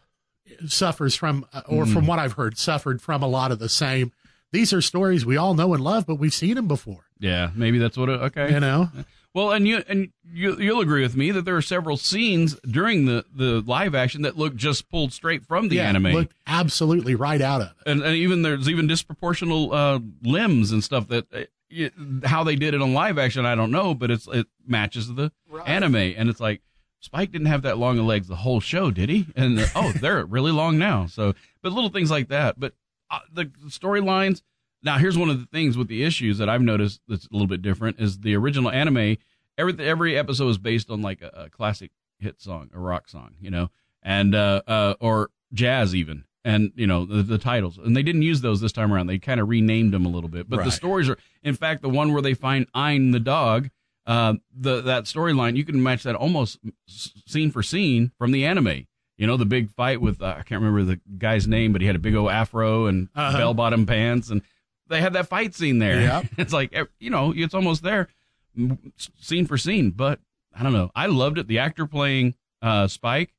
A: suffers from, uh, or
D: Mm-hmm.
A: from what I've heard, suffered from a lot of the same. These are stories we all know and love, but we've seen them before.
D: Yeah. Maybe that's what. It, okay.
A: You know,
D: Well, and you and you, you'll agree with me that there are several scenes during the the live action that look just pulled straight from the
A: Yeah,
D: anime.
A: looked absolutely right out of it.
D: and, and even there's even disproportional uh, limbs and stuff that uh, y how they did it on live action I don't know, but it's it matches the anime, and it's like Spike didn't have that long of legs the whole show, did he? And uh, oh, they're really long now. So, but little things like that, but uh, the storylines. Now, here's one of the things with the issues that I've noticed that's a little bit different is the original anime. Every every episode is based on like a, a classic hit song, a rock song, you know, and uh, uh or jazz even, and you know the, the titles. And they didn't use those this time around. They kind of renamed them a little bit, but the
A: Right.
D: stories are. In fact, the one where they find Ein the dog, uh, the that storyline you can match that almost s- scene for scene from the anime. You know the big fight with uh, I can't remember the guy's name, but he had a big old afro and
A: Uh-huh.
D: bell bottom pants, and they had that fight scene there.
A: Yeah.
D: it's like eh, you know it's almost there, m- s- scene for scene. But I don't know. I loved it. The actor playing uh, Spike,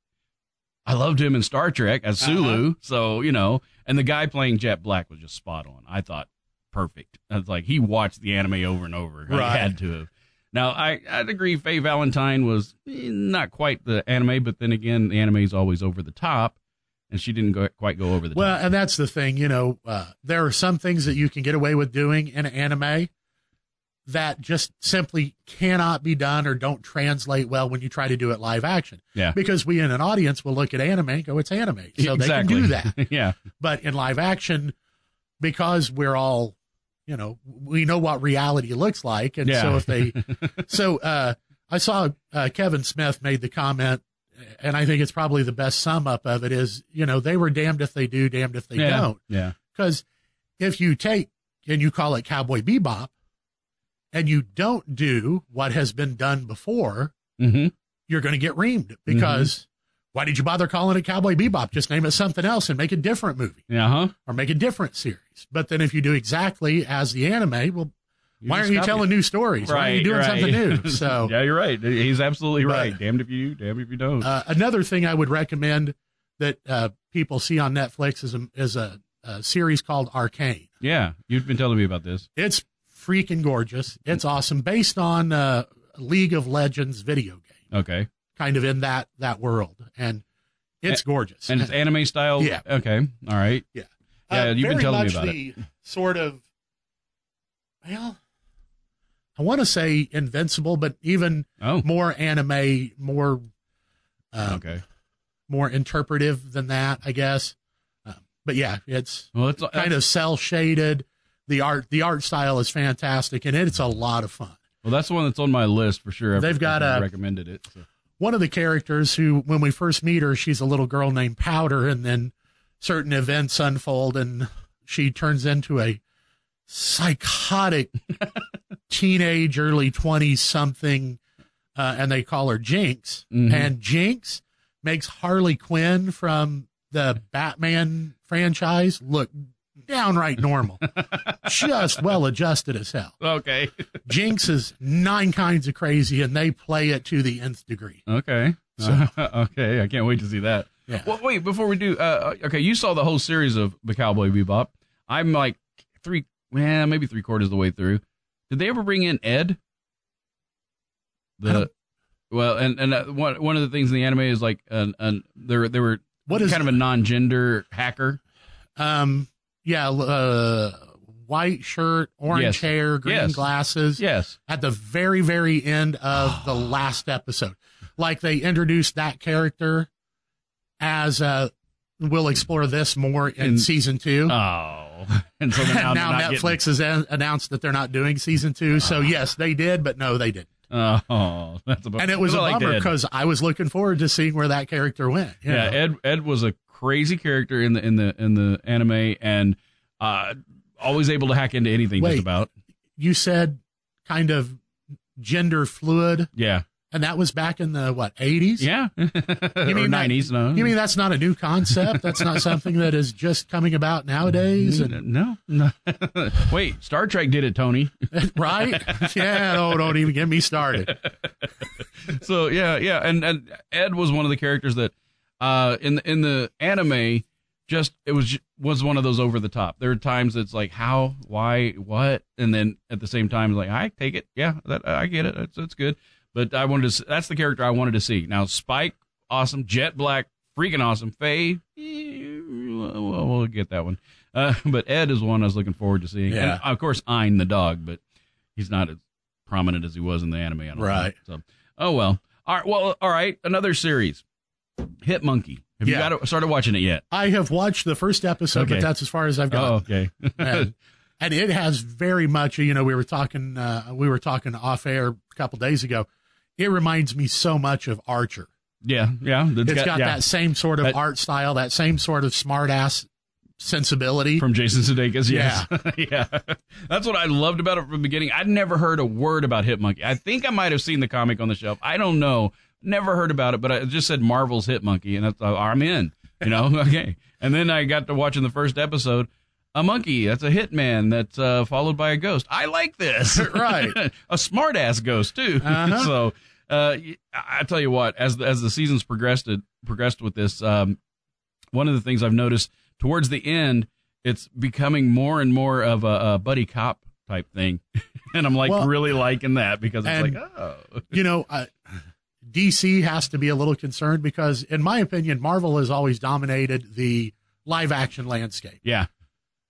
D: I loved him in Star Trek as
A: Uh-huh.
D: Sulu. So you know, and the guy playing Jet Black was just spot on. I thought perfect. It's like he watched the anime over and over. I
A: Right.
D: had to have. Now I I'd agree. Faye Valentine was eh, not quite the anime, but then again, the anime is always over the top, and she didn't go, quite go over the
A: Well,
D: top.
A: and that's the thing, you know, uh, there are some things that you can get away with doing in anime that just simply cannot be done or don't translate well when you try to do it live action.
D: Yeah.
A: Because we in an audience will look at anime and go, it's anime. So
D: exactly.
A: they can do that.
D: yeah.
A: But in live action, because we're all, you know, we know what reality looks like. And
D: Yeah.
A: so if they, so uh, I saw uh, Kevin Smith made the comment, and I think it's probably the best sum up of it is, you know, they were damned if they do, damned if they
D: yeah.
A: don't.
D: Yeah.
A: Because if you take and you call it Cowboy Bebop and you don't do what has been done before,
D: hmm
A: you're going to get reamed because
D: Mm-hmm.
A: why did you bother calling it Cowboy Bebop? Just name it something else and make a different movie
D: Yeah. Huh.
A: or make a different series. But then if you do exactly as the anime, well, why
D: just
A: aren't you
D: copy it.
A: telling new stories? why are you doing something new? So
D: yeah, you're right. He's absolutely
A: But-
D: right. Damned if you do, damned if you don't.
A: Uh, another thing I would recommend that uh, people see on Netflix is a, is a, a series called Arcane.
D: yeah, you've been telling me about this.
A: It's freaking gorgeous. It's awesome. Based on uh, League of Legends video game,
D: Okay.
A: kind of in that that world, and it's gorgeous.
D: And it's anime style.
A: Yeah.
D: Okay. All right. yeah, you've been
A: Uh, very
D: telling me
A: much
D: about
A: the sort of well, I want to say invincible, but even
D: Oh.
A: more anime, more uh,
D: Okay.
A: more interpretive than that, I guess. Uh, but yeah, it's
D: Well, it's uh,
A: kind of cell shaded. The art the art style is fantastic, and it's a lot of fun.
D: Well, that's the one that's on my list for sure.
A: They've got,
D: I
A: uh,
D: recommended it. so.
A: one of the characters who, when we first meet her, she's a little girl named Powder, and then certain events unfold, and she turns into a psychotic teenage, early 20s something, uh, and they call her Jinx.
D: Mhm.
A: And Jinx makes Harley Quinn from the Batman franchise look downright normal, just well adjusted as hell.
D: Okay.
A: Jinx is nine kinds of crazy, and they play it to the nth degree.
D: Okay.
A: So-
D: okay. I can't wait to see that.
A: Yeah.
D: Well, wait, before we do, uh, okay, you saw the whole series of the Cowboy Bebop. I'm like three, eh, maybe three quarters of the way through. Did they ever bring in Ed?
A: I don't-
D: The well, and and uh, one one of the things in the anime is like an an they were they were
A: What is-
D: kind of a non-gender hacker.
A: Um, yeah, l- uh, white shirt, orange
D: Yes.
A: hair, green
D: Yes.
A: glasses.
D: Yes.
A: At the very, very end of the last episode, like they introduced that character as uh, we'll explore this more in,
D: In-
A: season two.
D: Oh, and so
A: and now
D: now, they're not Uh-huh.
A: Netflix has an- announced that they're not doing season two. so yes, they did, but no, they didn't.
D: Getting, oh, that's a bu-
A: And it was
D: I
A: a
D: liked
A: bummer
D: Ed.
A: because I was looking forward to seeing where that character went. you
D: Yeah,
A: know.
D: Ed Ed was a crazy character in the in the in the anime and uh always able to hack into anything
A: Wait.
D: just about.
A: you said kind of gender fluid,
D: Yeah.
A: and that was back in the what eighties?
D: Yeah. or
A: mean that-
D: 90s, no.
A: You mean that's not a new concept? That's not something that is just coming about nowadays, and,
D: no. no. Wait, Star Trek did it, Tony.
A: right? Yeah, no, don't even get me started.
D: so yeah, yeah, and and Ed was one of the characters that uh in the in the anime just it was ju- was one of those over the top. There are times it's like how, why, what, and then at the same time like I take it, yeah, that I get it, that's that's good. But I wanted to s- that's the character I wanted to see. Now Spike, awesome, Jet Black, freaking awesome, Faye, eh, we'll, we'll get that one. Uh, but Ed is one I was looking forward to seeing.
A: Yeah.
D: And of course, Ein the dog, but he's not as prominent as he was in the anime. I don't
A: Right.
D: Think. So, oh well. All right. Well, all right. Another series, Hit Monkey. Have
A: Yeah.
D: you got it, started watching it yet?
A: I have watched the first episode,
D: Okay.
A: but that's as far as I've
D: Oh,
A: gone.
D: okay.
A: And, and it has very much, you know, we were talking, uh, we were talking off air a couple days ago. It reminds me so much of Archer.
D: yeah, yeah.
A: it's got
D: yeah.
A: that same sort of
D: That-
A: art style, that same sort of smart ass sensibility.
D: from Jason Sudeikis. Yes. Yeah, That's what I loved about it from the beginning. I'd never heard a word about Hit Monkey. I think I might have seen the comic on the shelf. I don't know. Never heard about it, but I it just said Marvel's Hit Monkey, and that's, uh, I'm in. You know, okay. And then I got to watching the first episode. A monkey that's a hitman that's uh, followed by a ghost. I like this.
A: Right.
D: a smart ass ghost too.
A: Uh-huh.
D: so uh, y- I I tell you what, as the, as the seasons progressed it, progressed with this, um, one of the things I've noticed towards the end, it's becoming more and more of a, a buddy cop type thing, and I'm like
A: Well-
D: really liking that because it's
A: And-
D: like oh
A: you know, uh, DC has to be a little concerned because, in my opinion, Marvel has always dominated the live action landscape.
D: yeah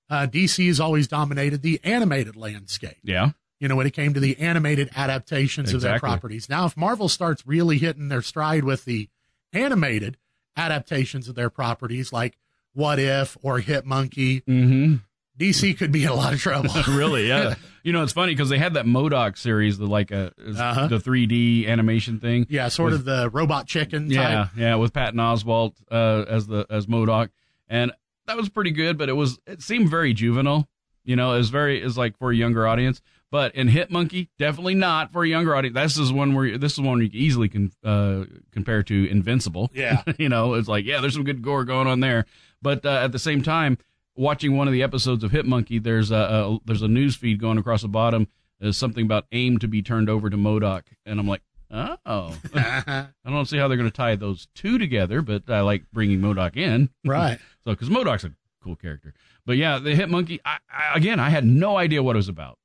A: Uh, DC has always dominated the animated landscape.
D: yeah
A: You know, when it came to the animated adaptations of their
D: Exactly.
A: properties. Now, if Marvel starts really hitting their stride with the animated adaptations of their properties, like What If or Hit Monkey,
D: mm-hmm.
A: DC could be in a lot of trouble.
D: really yeah you know it's funny because they had that Modoc series the like a
A: Uh-huh.
D: the 3D animation thing
A: yeah, sort of the robot chicken type.
D: Yeah, yeah, with Patton Oswalt uh, as the as Modoc, and that was pretty good. But it was it seemed very juvenile. You know, it was very is like for a younger audience. But in Hit Monkey, definitely not for a younger audience. This is one where this is one you can easily can uh, compare to Invincible.
A: Yeah.
D: you know, it's like yeah, there's some good gore going on there. But uh, at the same time, watching one of the episodes of Hit Monkey, there's a, a there's a news feed going across the bottom. There's something about aim to be turned over to Modoc, and I'm like, oh, I don't see how they're going to tie those two together, but I like bringing Modoc in.
A: right.
D: So, because Modoc's a cool character. But yeah, the Hit Monkey, I, I, again, I had no idea what it was about.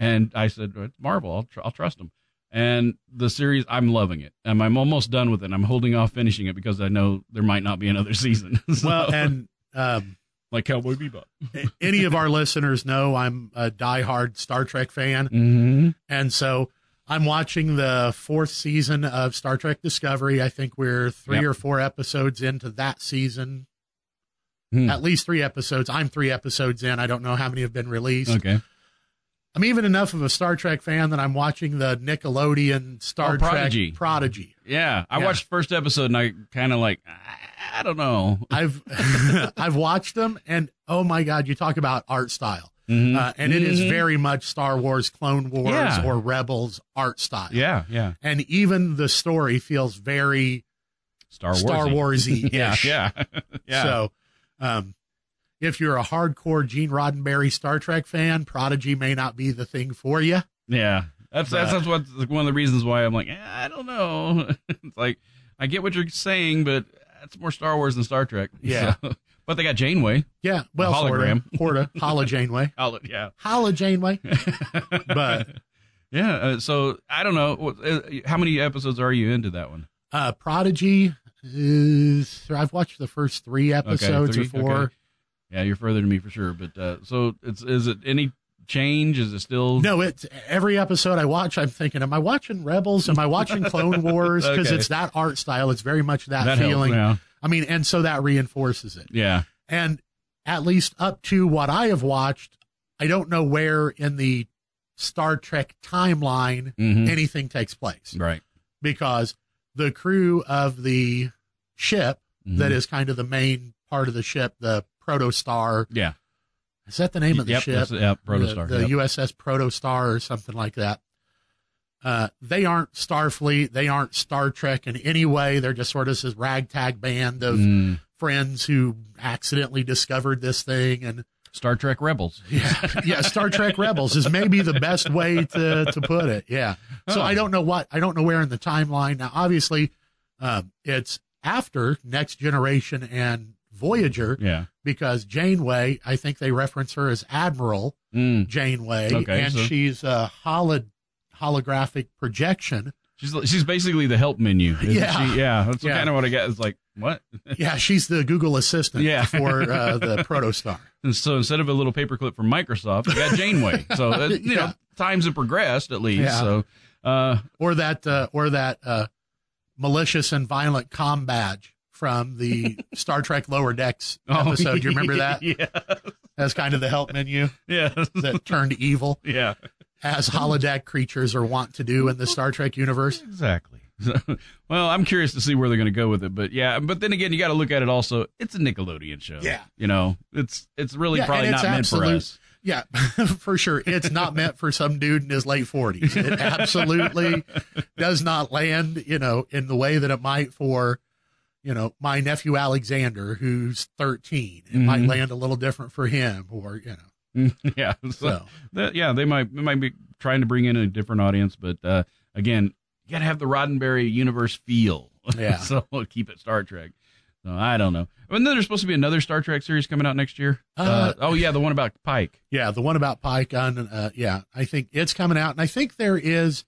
D: And I said, "It's Marvel. I'll, tr- I'll trust them." And the series, I'm loving it. And I'm almost done with it. And I'm holding off finishing it because I know there might not be another season. So,
A: Well, and um,
D: like Cowboy Bebop.
A: any of our listeners know I'm a diehard Star Trek fan,
D: Mm-hmm.
A: and so I'm watching the fourth season of Star Trek Discovery. I think we're three
D: Yep.
A: or four episodes into that season,
D: Hmm.
A: at least three episodes. I'm three episodes in. I don't know how many have been released.
D: Okay.
A: I'm even enough of a Star Trek fan that I'm watching the Nickelodeon Star
D: Oh, Prodigy.
A: Trek Prodigy.
D: Yeah, I
A: Yeah.
D: watched the first episode and I kind of like "I- I don't know.
A: I've I've watched them, and oh my god, you talk about art style,
D: Mhm.
A: uh, and it is
D: Mhm.
A: very much Star Wars, Clone Wars,
D: Yeah.
A: or Rebels art style.
D: yeah, yeah.
A: and even the story feels very
D: Star Wars.
A: Star Warsy.
D: Yeah, yeah, yeah.
A: So, um, if you're a hardcore Gene Roddenberry Star Trek fan, Prodigy may not be the thing for you.
D: Yeah, that's that's,
A: But-
D: that's what one of the reasons why I'm like eh, I don't know. it's like I get what you're saying, but it's more Star Wars than Star Trek.
A: Yeah.
D: So- but they got Janeway.
A: Yeah, well,
D: hologram.
A: Horta, Horta, Holla Janeway,
D: I'll let- yeah,
A: Holla Janeway. But-
D: yeah. Uh, so I don't know What- uh, how many episodes are you into that one.
A: Uh, Prodigy is. I've watched the first three episodes
D: three,
A: or four.
D: okay. Yeah, you're further than me for sure. But uh, so it's is it any change? Is it still
A: No, it's every episode I watch. I'm thinking, am I watching Rebels? Am I watching Clone Wars? Because
D: Okay.
A: it's that art style. It's very much that,
D: that helps,
A: feeling.
D: yeah.
A: I mean, and so that reinforces it.
D: Yeah.
A: and at least up to what I have watched, I don't know where in the Star Trek timeline
D: Mhm.
A: anything takes place
D: Right.
A: because the crew of the ship
D: Mhm.
A: that is kind of the main part of the ship, the Protostar,
D: Yeah.
A: is that the name of the
D: yep,
A: ship?
D: that's- Yeah. Protostar.
A: The, the
D: yep.
A: USS Protostar or something like that. Uh, they aren't Starfleet. They aren't Star Trek in any way. They're just sort of this ragtag band of
D: Mm.
A: friends who accidentally discovered this thing and
D: Star Trek Rebels.
A: yeah, yeah. Star Trek Rebels is maybe the best way to to put it. Yeah. So
D: Huh.
A: I don't know what I don't know where in the timeline. Now, obviously, um, it's after Next Generation and Voyager
D: Yeah.
A: because Janeway. I think they reference her as Admiral
D: Mm.
A: Janeway,
D: Okay,
A: and
D: so-
A: she's a holo, holographic projection.
D: She's she's basically the help menu. isn't
A: Yeah.
D: she? yeah. That's
A: Yeah.
D: kind of what I got. It's like what?
A: Yeah, she's the Google assistant
D: Yeah.
A: for uh, the Protostar.
D: And so instead of a little paperclip from Microsoft, we got Janeway. so uh, you
A: Yeah.
D: know, times have progressed at least.
A: Yeah.
D: So uh,
A: or that uh, or that uh, malicious and violent com badge from the Star Trek Lower Decks
D: oh,
A: episode. Do you remember that?
D: yeah.
A: As kind of the help menu
D: Yeah.
A: that turned evil,
D: yeah.
A: as holodeck creatures are wont to do in the Star Trek universe.
D: Exactly. well, I'm curious to see where they're going to go with it, but yeah, but then again, you got to look at it also. It's a Nickelodeon show.
A: Yeah.
D: You know, it's it's really
A: Yeah,
D: probably
A: and it's
D: not meant for
A: absolute-
D: us.
A: Yeah, for sure. It's not meant for some dude in his late forties. It absolutely does not land, you know, in the way that it might for, you know, my nephew Alexander, who's thirteen. It might
D: Mhm.
A: land a little different for him, or you know,
D: yeah. So,
A: so.
D: That, yeah, they might they might be trying to bring in a different audience, but uh, again, you gotta have the Roddenberry universe feel.
A: Yeah.
D: so keep it Star Trek. So I don't know. And then there's supposed to be another Star Trek series coming out next year.
A: Uh,
D: oh yeah, the one about Pike.
A: Yeah, the one about Pike on uh, yeah, I think it's coming out, and I think there is,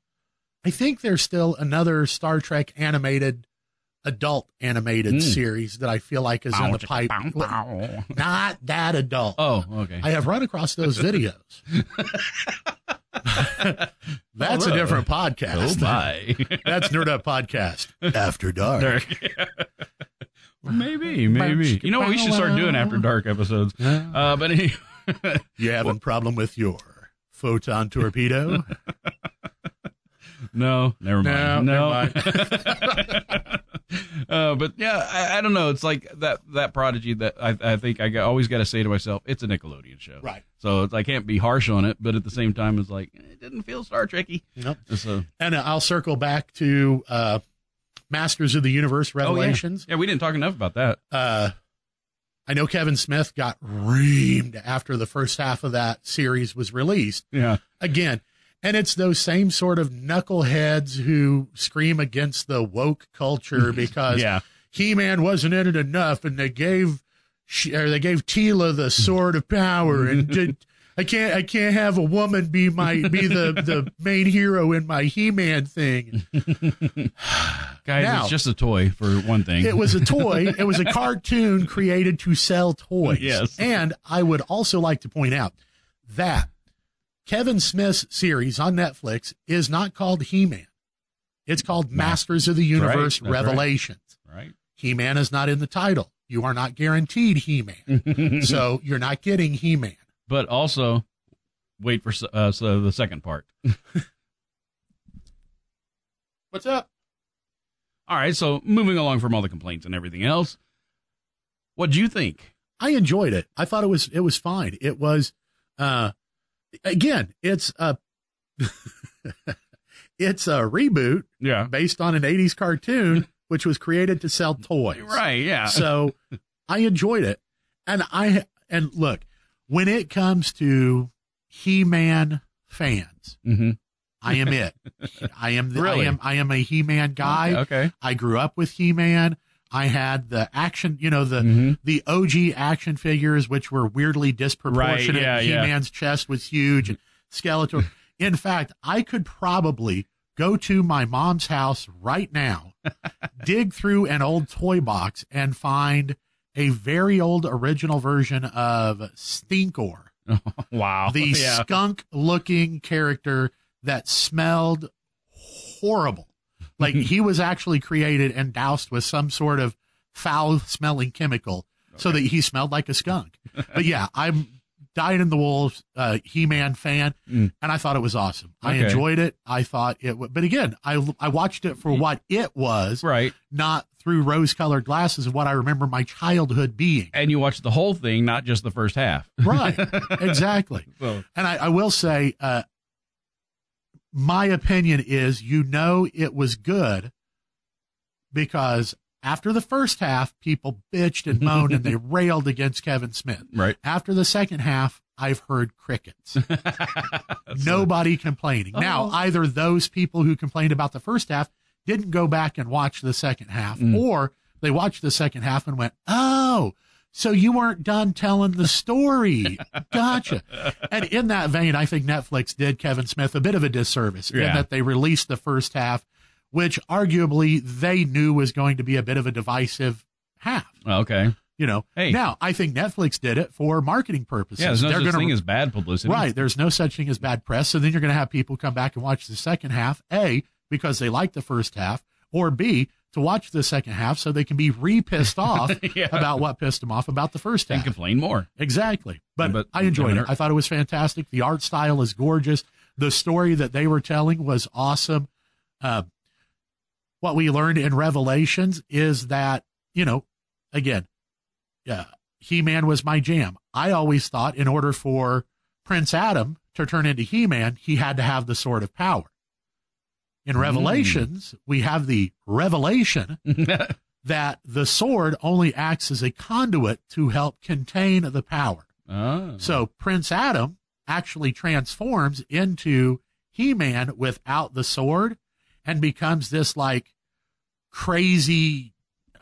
A: I think there's still another Star Trek animated, adult animated
D: Mm.
A: series that I feel like is in the pipe. Not that adult.
D: Oh, okay.
A: I have run across those videos. That's a
D: Hello.
A: different
D: oh
A: podcast.
D: my.
A: That's Nerd Up Podcast After Dark.
D: maybe, maybe. You know what? We should start doing after dark episodes. Uh, but anyway,
A: You having a problem with your photon torpedo?
D: No, never mind.
A: No,
D: No, uh, but yeah, I, I don't know. It's like that that prodigy that I, I think I got, always got to say to myself, it's a Nickelodeon show,
A: right.
D: So it's, I can't be harsh on it, but at the same time, it's like it didn't feel Star Trekky.
A: Nope.
D: So
A: And uh, I'll circle back to uh, Masters of the Universe Revelations.
D: Oh, yeah, we didn't talk enough about that.
A: uh, I know Kevin Smith got reamed after the first half of that series was released
D: Yeah,
A: again. And it's those same sort of knuckleheads who scream against the woke culture because
D: yeah,
A: He-Man wasn't in it enough, and they gave she, or they gave Tila the sword of power, and did, I can't I can't have a woman be my be the the main hero in my He-Man thing.
D: Guys,
A: Now-
D: it's just a toy for one thing.
A: It was a toy. It was a cartoon created to sell toys.
D: Yes.
A: And I would also like to point out that Kevin Smith's series on Netflix is not called He-Man. It's called Masters of the
D: right.
A: Universe
D: That's right.
A: Revelations.
D: right.
A: He-Man is not in the title. You are not guaranteed
D: Mm-hmm.
A: He-Man. so you're not getting He-Man.
D: but also wait for s- uh, so the second part.
A: What's up?
D: All right, so moving along from all the complaints and everything else, what do you think?
A: I enjoyed it. I thought it was it was fine. It was uh again, it's a it's a reboot
D: Yeah,
A: based on an 80s cartoon which was created to sell toys.
D: right. Yeah,
A: So I enjoyed it. And I and look, when it comes to He-Man fans,
D: mm-hmm.
A: I am it. I am the,
D: Really?
A: I am I am a He-Man guy.
D: Okay.
A: I grew up with He-Man. I had the action, you know, the
D: Mhm.
A: the OG action figures, which were weirdly disproportionate.
D: Right, yeah, yeah.
A: He-Man's chest was huge and Skeletor. In fact, I could probably go to my mom's house right now, dig through an old toy box, and find a very old original version of Stinkor,
D: Wow.
A: the
D: yeah.
A: skunk-looking character that smelled horrible. Like he was actually created and doused with some sort of foul-smelling chemical so that he smelled like a skunk. But yeah, I'm dying in the wolves uh, He-Man fan,
D: Mm.
A: and I thought it was awesome. I
D: Okay.
A: enjoyed it. I thought it. W- but again, I I watched it for what it was,
D: Mm-hmm. right.
A: not through rose-colored glasses of what I remember my childhood being.
D: And you watch the whole thing, not just the first half.
A: Right, exactly.
D: So
A: And I, I will say, uh, my opinion is you know it was good because after the first half, people bitched and moaned and they railed against Kevin Smith.
D: right.
A: After the second half, I've heard crickets. Nobody complaining. Now,
D: Oh.
A: either those people who complained about the first half didn't go back and watch the second half,
D: Mm.
A: or they watched the second half and went, oh, so you weren't done telling the story. Gotcha. And in that vein, I think Netflix did Kevin Smith a bit of a disservice in
D: Yeah.
A: that they released the first half, which arguably they knew was going to be a bit of a divisive half.
D: Okay.
A: You know,
D: Hey.
A: now I think Netflix did it for marketing purposes.
D: Yeah, there's no
A: They're
D: such
A: gonna-
D: thing as bad publicity.
A: Right. There's no such thing as bad press. So then you're going to have people come back and watch the second half, A, because they like the first half, or B, to watch the second half so they can be re pissed off
D: Yeah.
A: about what pissed them off about the first
D: And
A: half.
D: complain more.
A: Exactly. But,
D: But-
A: I enjoyed it.
D: but-
A: I thought it was fantastic. The art style is gorgeous. The story that they were telling was awesome. Uh, what we learned in Revelations is that, you know, again, yeah, He Man was my jam. I always thought in order for Prince Adam to turn into He Man, he had to have the sword of power. In Revelations, we have the revelation that the sword only acts as a conduit to help contain the power.
D: oh.
A: So Prince Adam actually transforms into He Man without the sword and becomes this like crazy,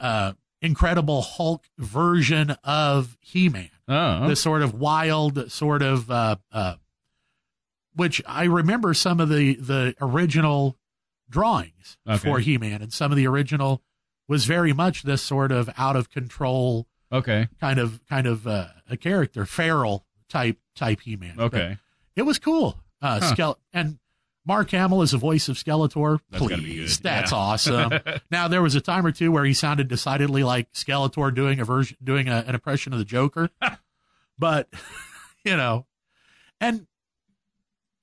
A: uh, incredible Hulk version of He Man.
D: Oh.
A: This sort of wild, sort of, uh, uh, which I remember some of the, the original drawings
D: Okay.
A: for He Man and some of the original was very much this sort of out of control
D: Oh, okay.
A: kind of kind of uh, a character, feral type type He Man.
D: Okay.
A: it was cool. Uh,
D: Huh.
A: Skele- and Mark Hamill is the voice of Skeletor.
D: That's
A: Please,
D: gotta be good.
A: that's
D: Yeah.
A: awesome. now there was a time or two where he sounded decidedly like Skeletor doing a version, doing a, an impression of the Joker, but you know, and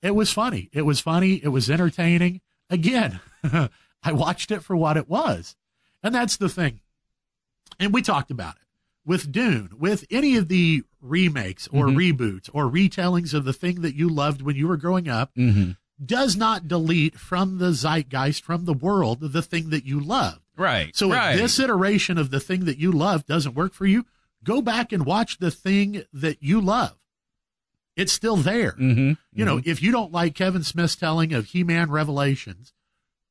A: it was funny. It was funny. It was entertaining. Again, I watched it for what it was, and that's the thing. And we talked about it with Dune, with any of the remakes or reboots or retellings of the thing that you loved when you were growing up
D: hmm
A: does not delete from the zeitgeist, from the world, the thing that you loved.
D: Right.
A: So
D: right.
A: if this iteration of the thing that you love doesn't work for you, go back and watch the thing that you love. It's still there.
D: hmm
A: You know, if you don't like Kevin Smith's telling of He Man Revelations,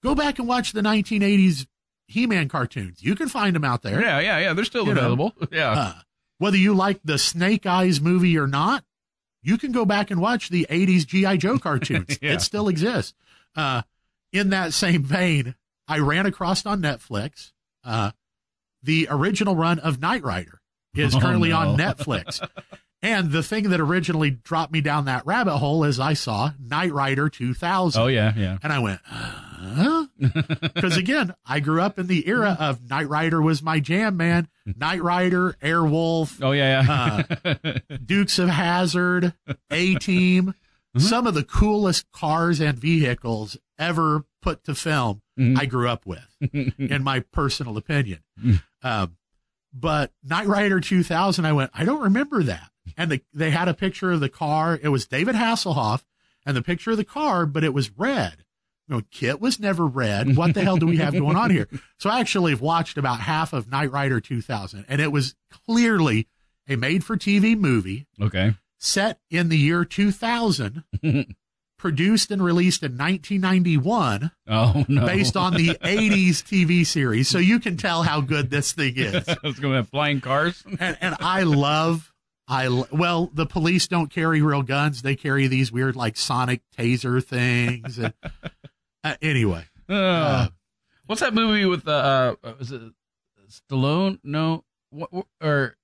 A: go back and watch the 1980s He Man cartoons. You can find them out there. uh,
D: Yeah, yeah, yeah. They're still
A: You know.
D: available. Yeah.
A: Uh, whether you like the Snake Eyes movie or not, you can go back and watch the 80s G.I. Joe cartoons.
D: Yeah.
A: It still exists. Uh, in that same vein, I ran across on Netflix uh, the original run of Knight Rider is
D: Oh,
A: currently
D: no.
A: on Netflix. and the thing that originally dropped me down that rabbit hole is I saw Knight Rider 2000.
D: Oh yeah, yeah.
A: And I went, huh? Because again, I grew up in the era of Knight Rider was my jam, man. Knight Rider, Airwolf,
D: Oh yeah,
A: uh,
D: yeah.
A: Dukes of Hazard, A Team, some of the coolest cars and vehicles ever put to film.
D: Mhm.
A: I grew up with, in my personal opinion. Um, but Knight Rider 2000, I went, I don't remember that. And the, they had a picture of the car. It was David Hasselhoff and the picture of the car, but it was red. No, Kit was never red. What the hell do we have going on here? So I actually have watched about half of Knight Rider 2000, and it was clearly a made for TV movie
D: okay.
A: set in the year 2000, produced and released in 1991
D: Oh no.
A: based on the 80s TV series. So you can tell how good this thing is.
D: it's gonna have flying cars.
A: And, and I love, I l- well, the police don't carry real guns. They carry these weird like sonic taser things. And, uh, anyway,
D: Uh,
A: Uh,
D: what's that movie with uh, uh was it Stallone? No, what, what- or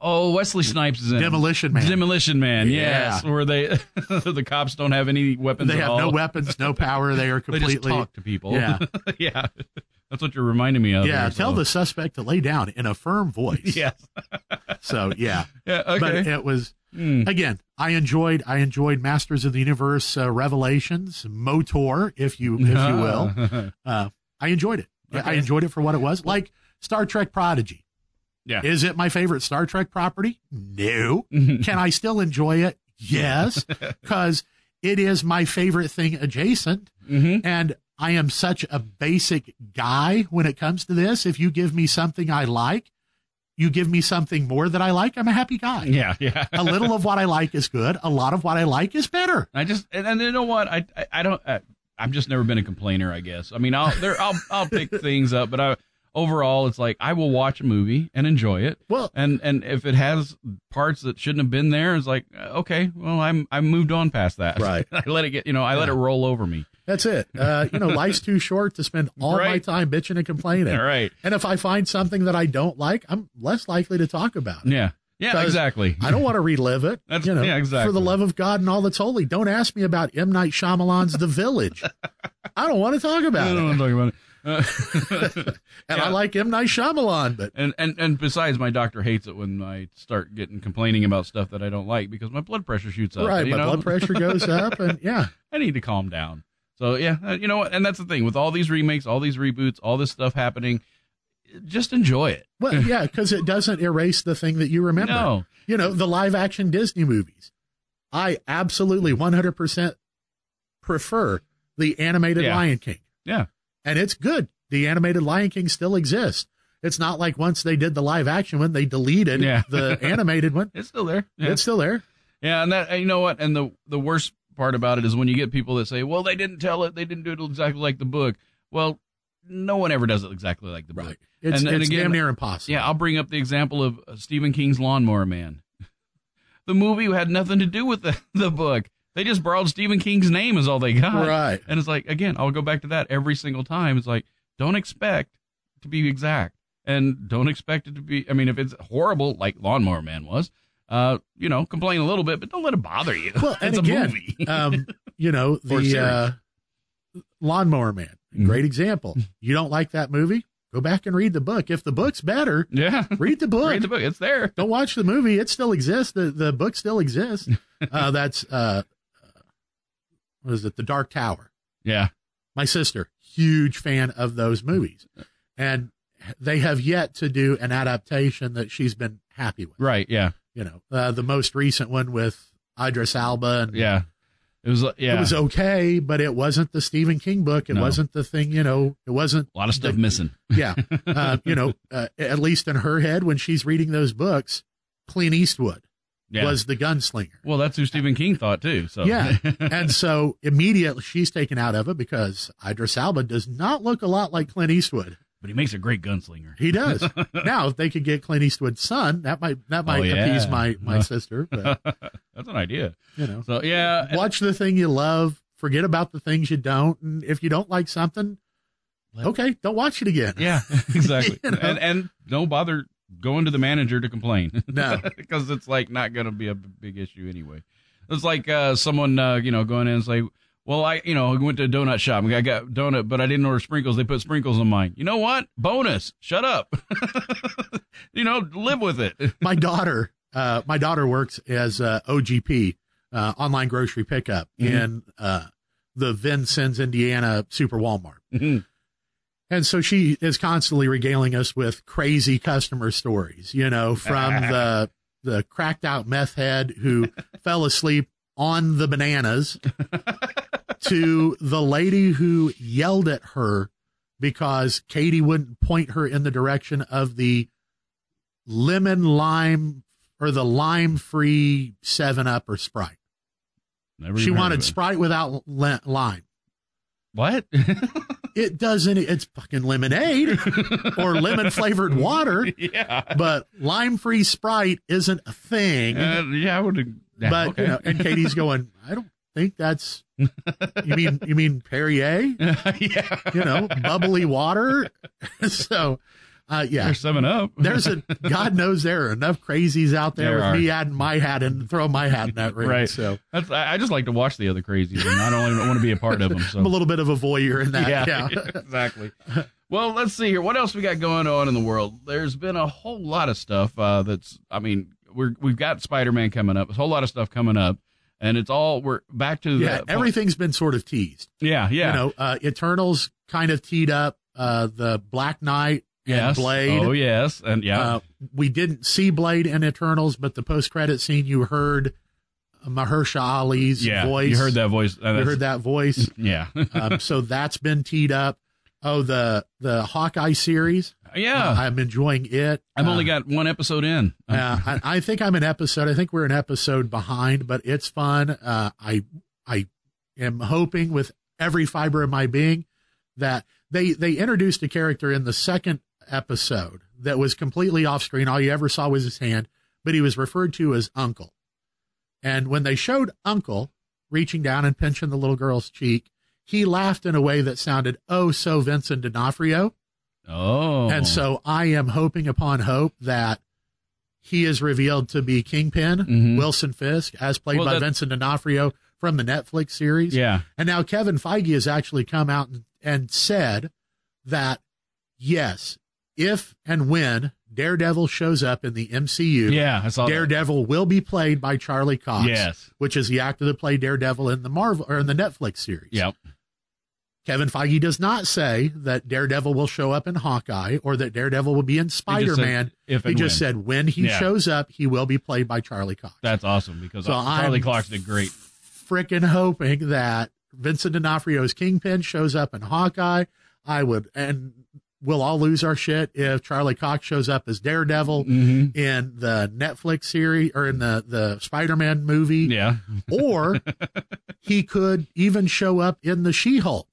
D: oh Wesley Snipes is in it.
A: Demolition Man.
D: Demolition Man.
A: Yeah.
D: Yes, where they the cops don't have any weapons.
A: they
D: at
A: have
D: all.
A: no weapons, no power. They are
D: They
A: completely.
D: just talk to people.
A: Yeah.
D: yeah. That's what you're reminding me of.
A: yeah,
D: here,
A: tell
D: so.
A: the suspect to lay down in a firm voice.
D: Yeah.
A: So yeah,
D: Yeah.
A: but
D: Okay.
A: it was
D: Hmm.
A: again i enjoyed i enjoyed masters of the universe uh, revelations motor if you if you will
D: Mm-hmm.
A: uh, i enjoyed it Yeah, i
D: Okay.
A: enjoyed it for what it was like star trek prodigy
D: Yeah.
A: is it my favorite star trek property no can i still enjoy it yes because it is my favorite thing adjacent
D: Mhm.
A: and i am such a basic guy when it comes to this if you give me something i like you give me something more that i like i'm a happy guy
D: Yeah. Yeah.
A: a little of what I like is good. A lot of what I like is better.
D: I just and, and you know what I I, I don't I, I've just never been a complainer I guess I mean I'll there I'll I'll pick things up but I overall it's like I will watch a movie and enjoy it
A: Well,
D: and and if it has parts that shouldn't have been there it's like uh, okay well I'm I moved on past that
A: Right.
D: I let it get you know I let it roll over me
A: that's it. Uh, you know, life's too short to spend all my
D: Right.
A: time bitching and complaining.
D: all right
A: And if I find something that I don't like, I'm less likely to talk about it.
D: yeah yeah
A: 'Cause
D: exactly
A: I don't want to relive it.
D: That's-
A: you know,
D: yeah, exactly.
A: For the love of God and all that's holy, don't ask me about M. Night Shyamalan's The Village. I don't want to talk
D: I
A: about
D: don't
A: it.
D: want to talk about it. Uh,
A: And
D: yeah.
A: I like M. Night Shyamalan, but
D: And, and and besides, my doctor hates it when I start getting complaining about stuff that I don't like because my blood pressure shoots up.
A: right,
D: you
A: my
D: know?
A: blood pressure goes up, and yeah,
D: I need to calm down. So yeah, uh, you know what? And that's the thing with all these remakes, all these reboots, all this stuff happening. Just enjoy it.
A: well, yeah, because it doesn't erase the thing that you remember.
D: No,
A: you know, the live action Disney movies. I absolutely 100% prefer the animated
D: Yeah.
A: Lion King.
D: yeah,
A: And it's good. The animated Lion King still exists. It's not like once they did the live action one, they deleted
D: Yeah.
A: the animated one.
D: it's still there. Yeah.
A: It's still there.
D: yeah, and that and you know what? And the the worst part about it is when you get people that say, "Well, they didn't tell it. They didn't do it exactly like the book." Well, no one ever does it exactly like the book.
A: It's,
D: And- and
A: it's
D: again-
A: damn near impossible.
D: Yeah, I'll bring up the example of uh, Stephen King's Lawnmower Man. The movie had nothing to do with the, the book. They just borrowed Stephen King's name is all they got.
A: Right.
D: And it's like again, I'll go back to that every single time. It's like don't expect to be exact, and don't expect it to be. I mean, if it's horrible, like Lawnmower Man was, uh, you know, complain a little bit, but don't let it bother you.
A: Well, and
D: it's
A: again,
D: a movie.
A: um, you know,
D: Or series.
A: the uh, Lawnmower Man, great example. You don't like that movie? Go back and read the book. If the book's better,
D: yeah,
A: read the book.
D: read the book. It's there.
A: don't watch the movie. It still exists. The the book still exists. Uh, that's uh, what is it? The Dark Tower.
D: Yeah,
A: My sister, huge fan of those movies, and they have yet to do an adaptation that she's been happy with.
D: right. Yeah,
A: You know, uh, the most recent one with Idris Alba. And
D: yeah. It was. like- Yeah,
A: It was okay, but it wasn't the Stephen King book. It
D: No.
A: wasn't the thing, you know. It wasn't
D: a lot of stuff
A: the-
D: missing.
A: yeah, uh, you know. Uh, at least in her head, when she's reading those books, Clint Eastwood
D: Yeah.
A: was the gunslinger.
D: well, that's who Stephen King thought too. So
A: Yeah. and so immediately she's taken out of it because Idris Alba does not look a lot like Clint Eastwood.
D: but he makes a great gunslinger.
A: He does. now, if they could get Clint Eastwood's son, that might that might
D: Oh, yeah.
A: appease my my sister. But
D: That's an idea.
A: you know,
D: So yeah, and-
A: watch the thing you love, forget about the things you don't, and if you don't like something, okay, don't watch it again.
D: yeah, exactly.
A: You know?
D: And and don't bother going to the manager to complain.
A: No.
D: because it's like not going to be a b- big issue anyway. It's like uh, someone uh, you know going in and say, "Well, I you know I went to a donut shop and I got donut, but I didn't order sprinkles. They put sprinkles on mine. You know what? Bonus. Shut up. you know, live with it.
A: my daughter, uh, my daughter works as uh, OGP, uh, online grocery pickup
D: Mhm.
A: in uh, the Vincennes, Indiana Super Walmart.
D: Mhm.
A: And so she is constantly regaling us with crazy customer stories, you know, from the the cracked out meth head who fell asleep on the bananas to the lady who yelled at her because Katie wouldn't point her in the direction of the lemon lime or the lime free 7 up or Sprite.
D: Never
A: She
D: even heard
A: wanted
D: of it.
A: Sprite without le- lime.
D: what?
A: It doesn't it's fucking lemonade or lemon flavored water.
D: yeah.
A: but lime free Sprite isn't a thing.
D: Uh, yeah, I would. Yeah,
A: but
D: okay.
A: you know, and Katie's going, I don't think that's you mean you mean Perrier,
D: yeah,
A: you know, bubbly water. so, uh, yeah,
D: There's seven up.
A: there's a God knows there are enough crazies out there,
D: There
A: with
D: are.
A: me adding my hat and throw my hat in that ring.
D: Right.
A: So
D: That's, I I just like to watch the other crazies, and I don't even want to be a part of them. So
A: I'm a little bit of a voyeur in that. Yeah.
D: exactly. Well, let's see here. What else we got going on in the world? There's been a whole lot of stuff uh, that's. I mean, we're we've got Spider-Man coming up. There's a whole lot of stuff coming up, and it's all we're back to
A: Yeah,
D: the
A: everything's been sort of teased.
D: Yeah, yeah,
A: You know, uh, Eternals kind of teed up uh, the Black Knight and
D: yes.
A: Blade.
D: Oh yes, and yeah,
A: Uh, we didn't see Blade in Eternals, but the post-credit scene you heard Mahersha Ali's
D: yeah.
A: voice.
D: You heard that voice. Uh,
A: You
D: that's-
A: heard that voice.
D: Yeah,
A: um, so that's been teed up. Oh, the the Hawkeye series.
D: yeah.
A: I'm enjoying it.
D: I've only
A: Uh,
D: got one episode in.
A: uh, I, I think I'm an episode. I think we're an episode behind, but it's fun. Uh, I I am hoping with every fiber of my being that they they introduced a character in the second episode that was completely off screen. All you ever saw was his hand, but he was referred to as Uncle. And when they showed Uncle reaching down and pinching the little girl's cheek, he laughed in a way that sounded oh so Vincent D'Onofrio.
D: oh,
A: And so I am hoping upon hope that he is revealed to be Kingpin,
D: Mhm.
A: Wilson Fisk, as played
D: Well,
A: by
D: that-
A: Vincent D'Onofrio from the Netflix series.
D: yeah,
A: And now Kevin Feige has actually come out and, and said that, yes, if and when Daredevil shows up in the MCU,
D: yeah. I saw that.
A: Daredevil will be played by Charlie Cox,
D: Yes.
A: which is the actor that played Daredevil in the Marvel or in the Netflix series.
D: Yeah.
A: Kevin Feige does not say that Daredevil will show up in Hawkeye or that Daredevil will be in
D: He
A: Spider
D: just said
A: Man.
D: If
A: He
D: and
A: just
D: when.
A: said when he
D: Yeah.
A: shows up, he will be played by Charlie Cox.
D: that's awesome because
A: So
D: Charlie
A: I'm-
D: Clark's did great.
A: Frickin' hoping that Vincent D'Onofrio's Kingpin shows up in Hawkeye. I would, and we'll all lose our shit if Charlie Cox shows up as Daredevil
D: Mm-hmm.
A: in the Netflix series or in the, the Spider Man movie.
D: Yeah.
A: Or he could even show up in the She Hulk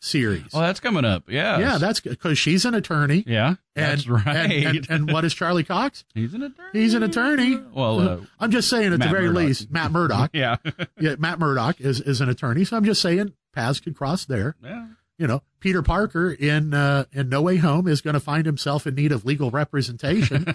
A: series.
D: Oh, that's coming up. Yeah.
A: yeah, that's because she's an attorney.
D: yeah.
A: And,
D: That's right.
A: And, and, and what is Charlie Cox?
D: he's an attorney.
A: He's an attorney.
D: Well, uh,
A: I'm just saying, at
D: Matt
A: the very
D: Murdock.
A: least, Matt Murdock.
D: yeah.
A: yeah, Matt Murdock is, is an attorney. So I'm just saying, paths could cross there.
D: yeah.
A: You know, Peter Parker in uh, in No Way Home is going to find himself in need of legal representation.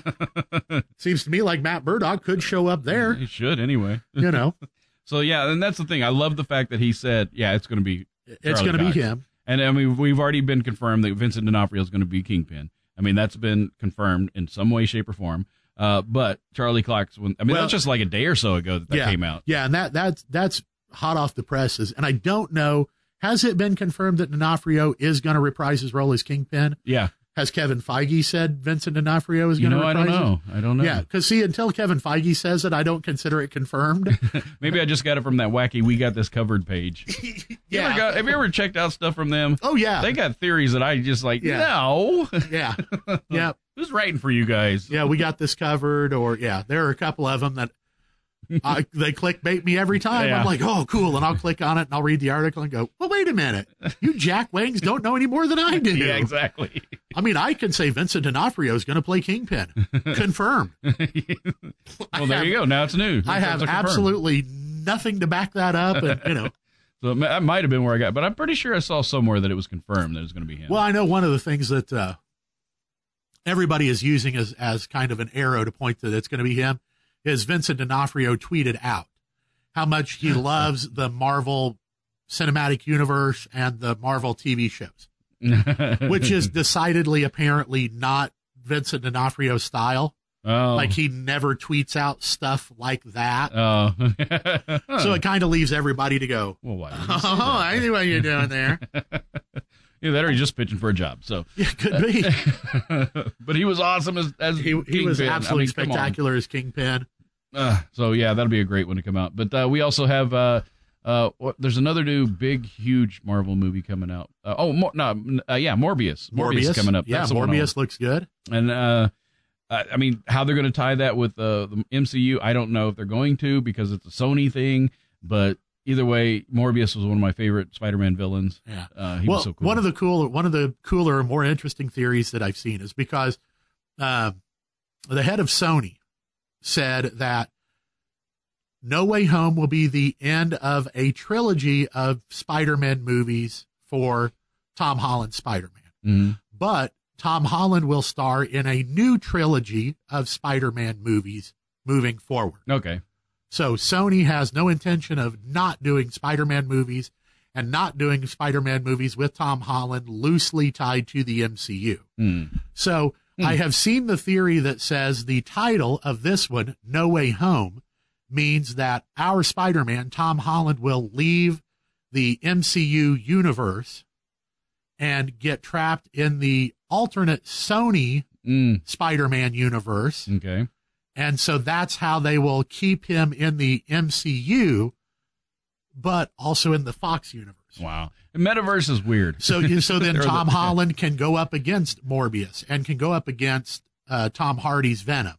A: Seems to me like Matt Murdock could show up there.
D: He should anyway.
A: You know,
D: So yeah, and that's the thing. I love the fact that he said, "Yeah, it's going to be."
A: it's
D: Charlie
A: going to be
D: Cox.
A: him.
D: And I mean, we've already been confirmed that Vincent D'Onofrio is going to be Kingpin. I mean, that's been confirmed in some way, shape, or form. Uh, but Charlie Clark's. When, I mean,
A: Well-
D: that's just like a day or so ago that that
A: Yeah.
D: came out.
A: Yeah, and that that's that's hot off the presses. And I don't know, has it been confirmed that D'Onofrio is going to reprise his role as Kingpin?
D: Yeah.
A: Has Kevin Feige said Vincent D'Onofrio is
D: You
A: going to
D: know, I
A: reprise?
D: don't
A: his-
D: know. I don't know.
A: Yeah, because see, until Kevin Feige says it, I don't consider it confirmed.
D: Maybe I just got it from that wacky. We got this covered page. You ever got- have you ever checked out stuff from them?
A: oh yeah.
D: They got theories that I just like.
A: Yeah.
D: No.
A: yeah. Yeah.
D: Who's writing for you guys?
A: Yeah. We got this covered, or yeah, there are a couple of them that I, they clickbait me every time.
D: Yeah.
A: I'm like, oh, cool. And I'll click on it and I'll read the article and go, well, wait a minute. You Jack Wangs don't know any more than I do.
D: yeah, exactly.
A: I mean, I can say Vincent D'Onofrio is going to play Kingpin. Confirmed.
D: well, there you go. Now it's new.
A: I
D: It's
A: have
D: confirmed.
A: absolutely nothing to back that up. And, you know,
D: So it ma- that might have been where I got, but I'm pretty sure I saw somewhere that it was confirmed that it was going to be him.
A: well, I know one of the things that uh, everybody is using as, as kind of an arrow to point to that's going to be him is Vincent D'Onofrio tweeted out how much he loves the Marvel cinematic universe and the Marvel TV shows. which is decidedly apparently not Vincent D'Onofrio's style.
D: oh,
A: Like he never tweets out stuff like that.
D: oh.
A: So it kind of leaves everybody to go,
D: well, why? did you say
A: Oh, I see what you're doing there.
D: that? Either that or he's just pitching for a job. So,
A: Yeah, could be.
D: but he was awesome as as
A: He, he was
D: Uh, Kingpin. I
A: absolutely
D: mean, come on.
A: spectacular as Kingpin.
D: Uh, so yeah, that'll be a great one to come out. But uh, we also have uh, uh, what- there's another new big huge Marvel movie coming out. Uh, oh, Mor- no, n- uh, yeah, Morbius. Morbius, coming up.
A: Yeah,
D: That's the one I
A: Morbius looks good.
D: And uh, I I mean, how they're going to tie that with uh, the MCU, I don't know if they're going to because it's a Sony thing. But either way, Morbius was one of my favorite Spider-Man villains.
A: Yeah.
D: Uh, he
A: well,
D: was so cool.
A: one of the cooler, one of the cooler, and more interesting theories that I've seen is because um, the head of Sony said that No Way Home will be the end of a trilogy of Spider-Man movies for Tom Holland Spider-Man,
D: Mhm.
A: but Tom Holland will star in a new trilogy of Spider-Man movies moving forward.
D: okay,
A: So Sony has no intention of not doing Spider-Man movies and not doing Spider-Man movies with Tom Holland loosely tied to the MCU.
D: Hmm.
A: So I have seen the theory that says the title of this one, No Way Home, means that our Spider-Man, Tom Holland, will leave the MCU universe and get trapped in the alternate Sony
D: Mm.
A: Spider-Man universe.
D: okay,
A: And so that's how they will keep him in the MCU, but also in the Fox universe.
D: wow. And Metaverse is weird.
A: So you, so then
D: They're
A: Tom
D: the-
A: Holland can go up against Morbius and can go up against uh, Tom Hardy's Venom.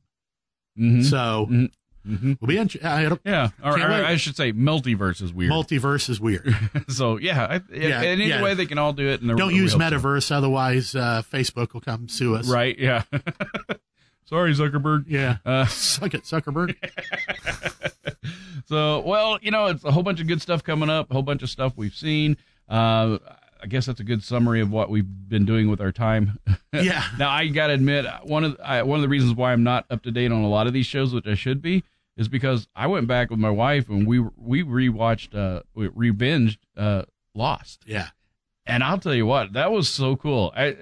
D: Mhm.
A: So
D: Mhm. Mhm.
A: it'll be interesting.
D: Yeah, or,
A: Can't
D: or
A: wait.
D: I should say, multiverse is weird.
A: Multiverse is weird.
D: so yeah, I,
A: Yeah,
D: yeah, in any
A: yeah.
D: way they can all do it. And they're
A: Don't
D: real-
A: use
D: real-
A: metaverse, otherwise uh, Facebook will come sue us.
D: right? Yeah. Sorry, Zuckerberg.
A: Yeah.
D: Uh,
A: Suck it, Zuckerberg.
D: so well, you know, it's a whole bunch of good stuff coming up. A whole bunch of stuff we've seen. Uh, I guess that's a good summary of what we've been doing with our time.
A: Yeah.
D: now I gotta admit, one of I, one of the reasons why I'm not up to date on a lot of these shows, which I should be, is because I went back with my wife and we we rewatched, uh, we revenged uh, Lost.
A: Yeah.
D: And I'll tell you what, that was so cool. I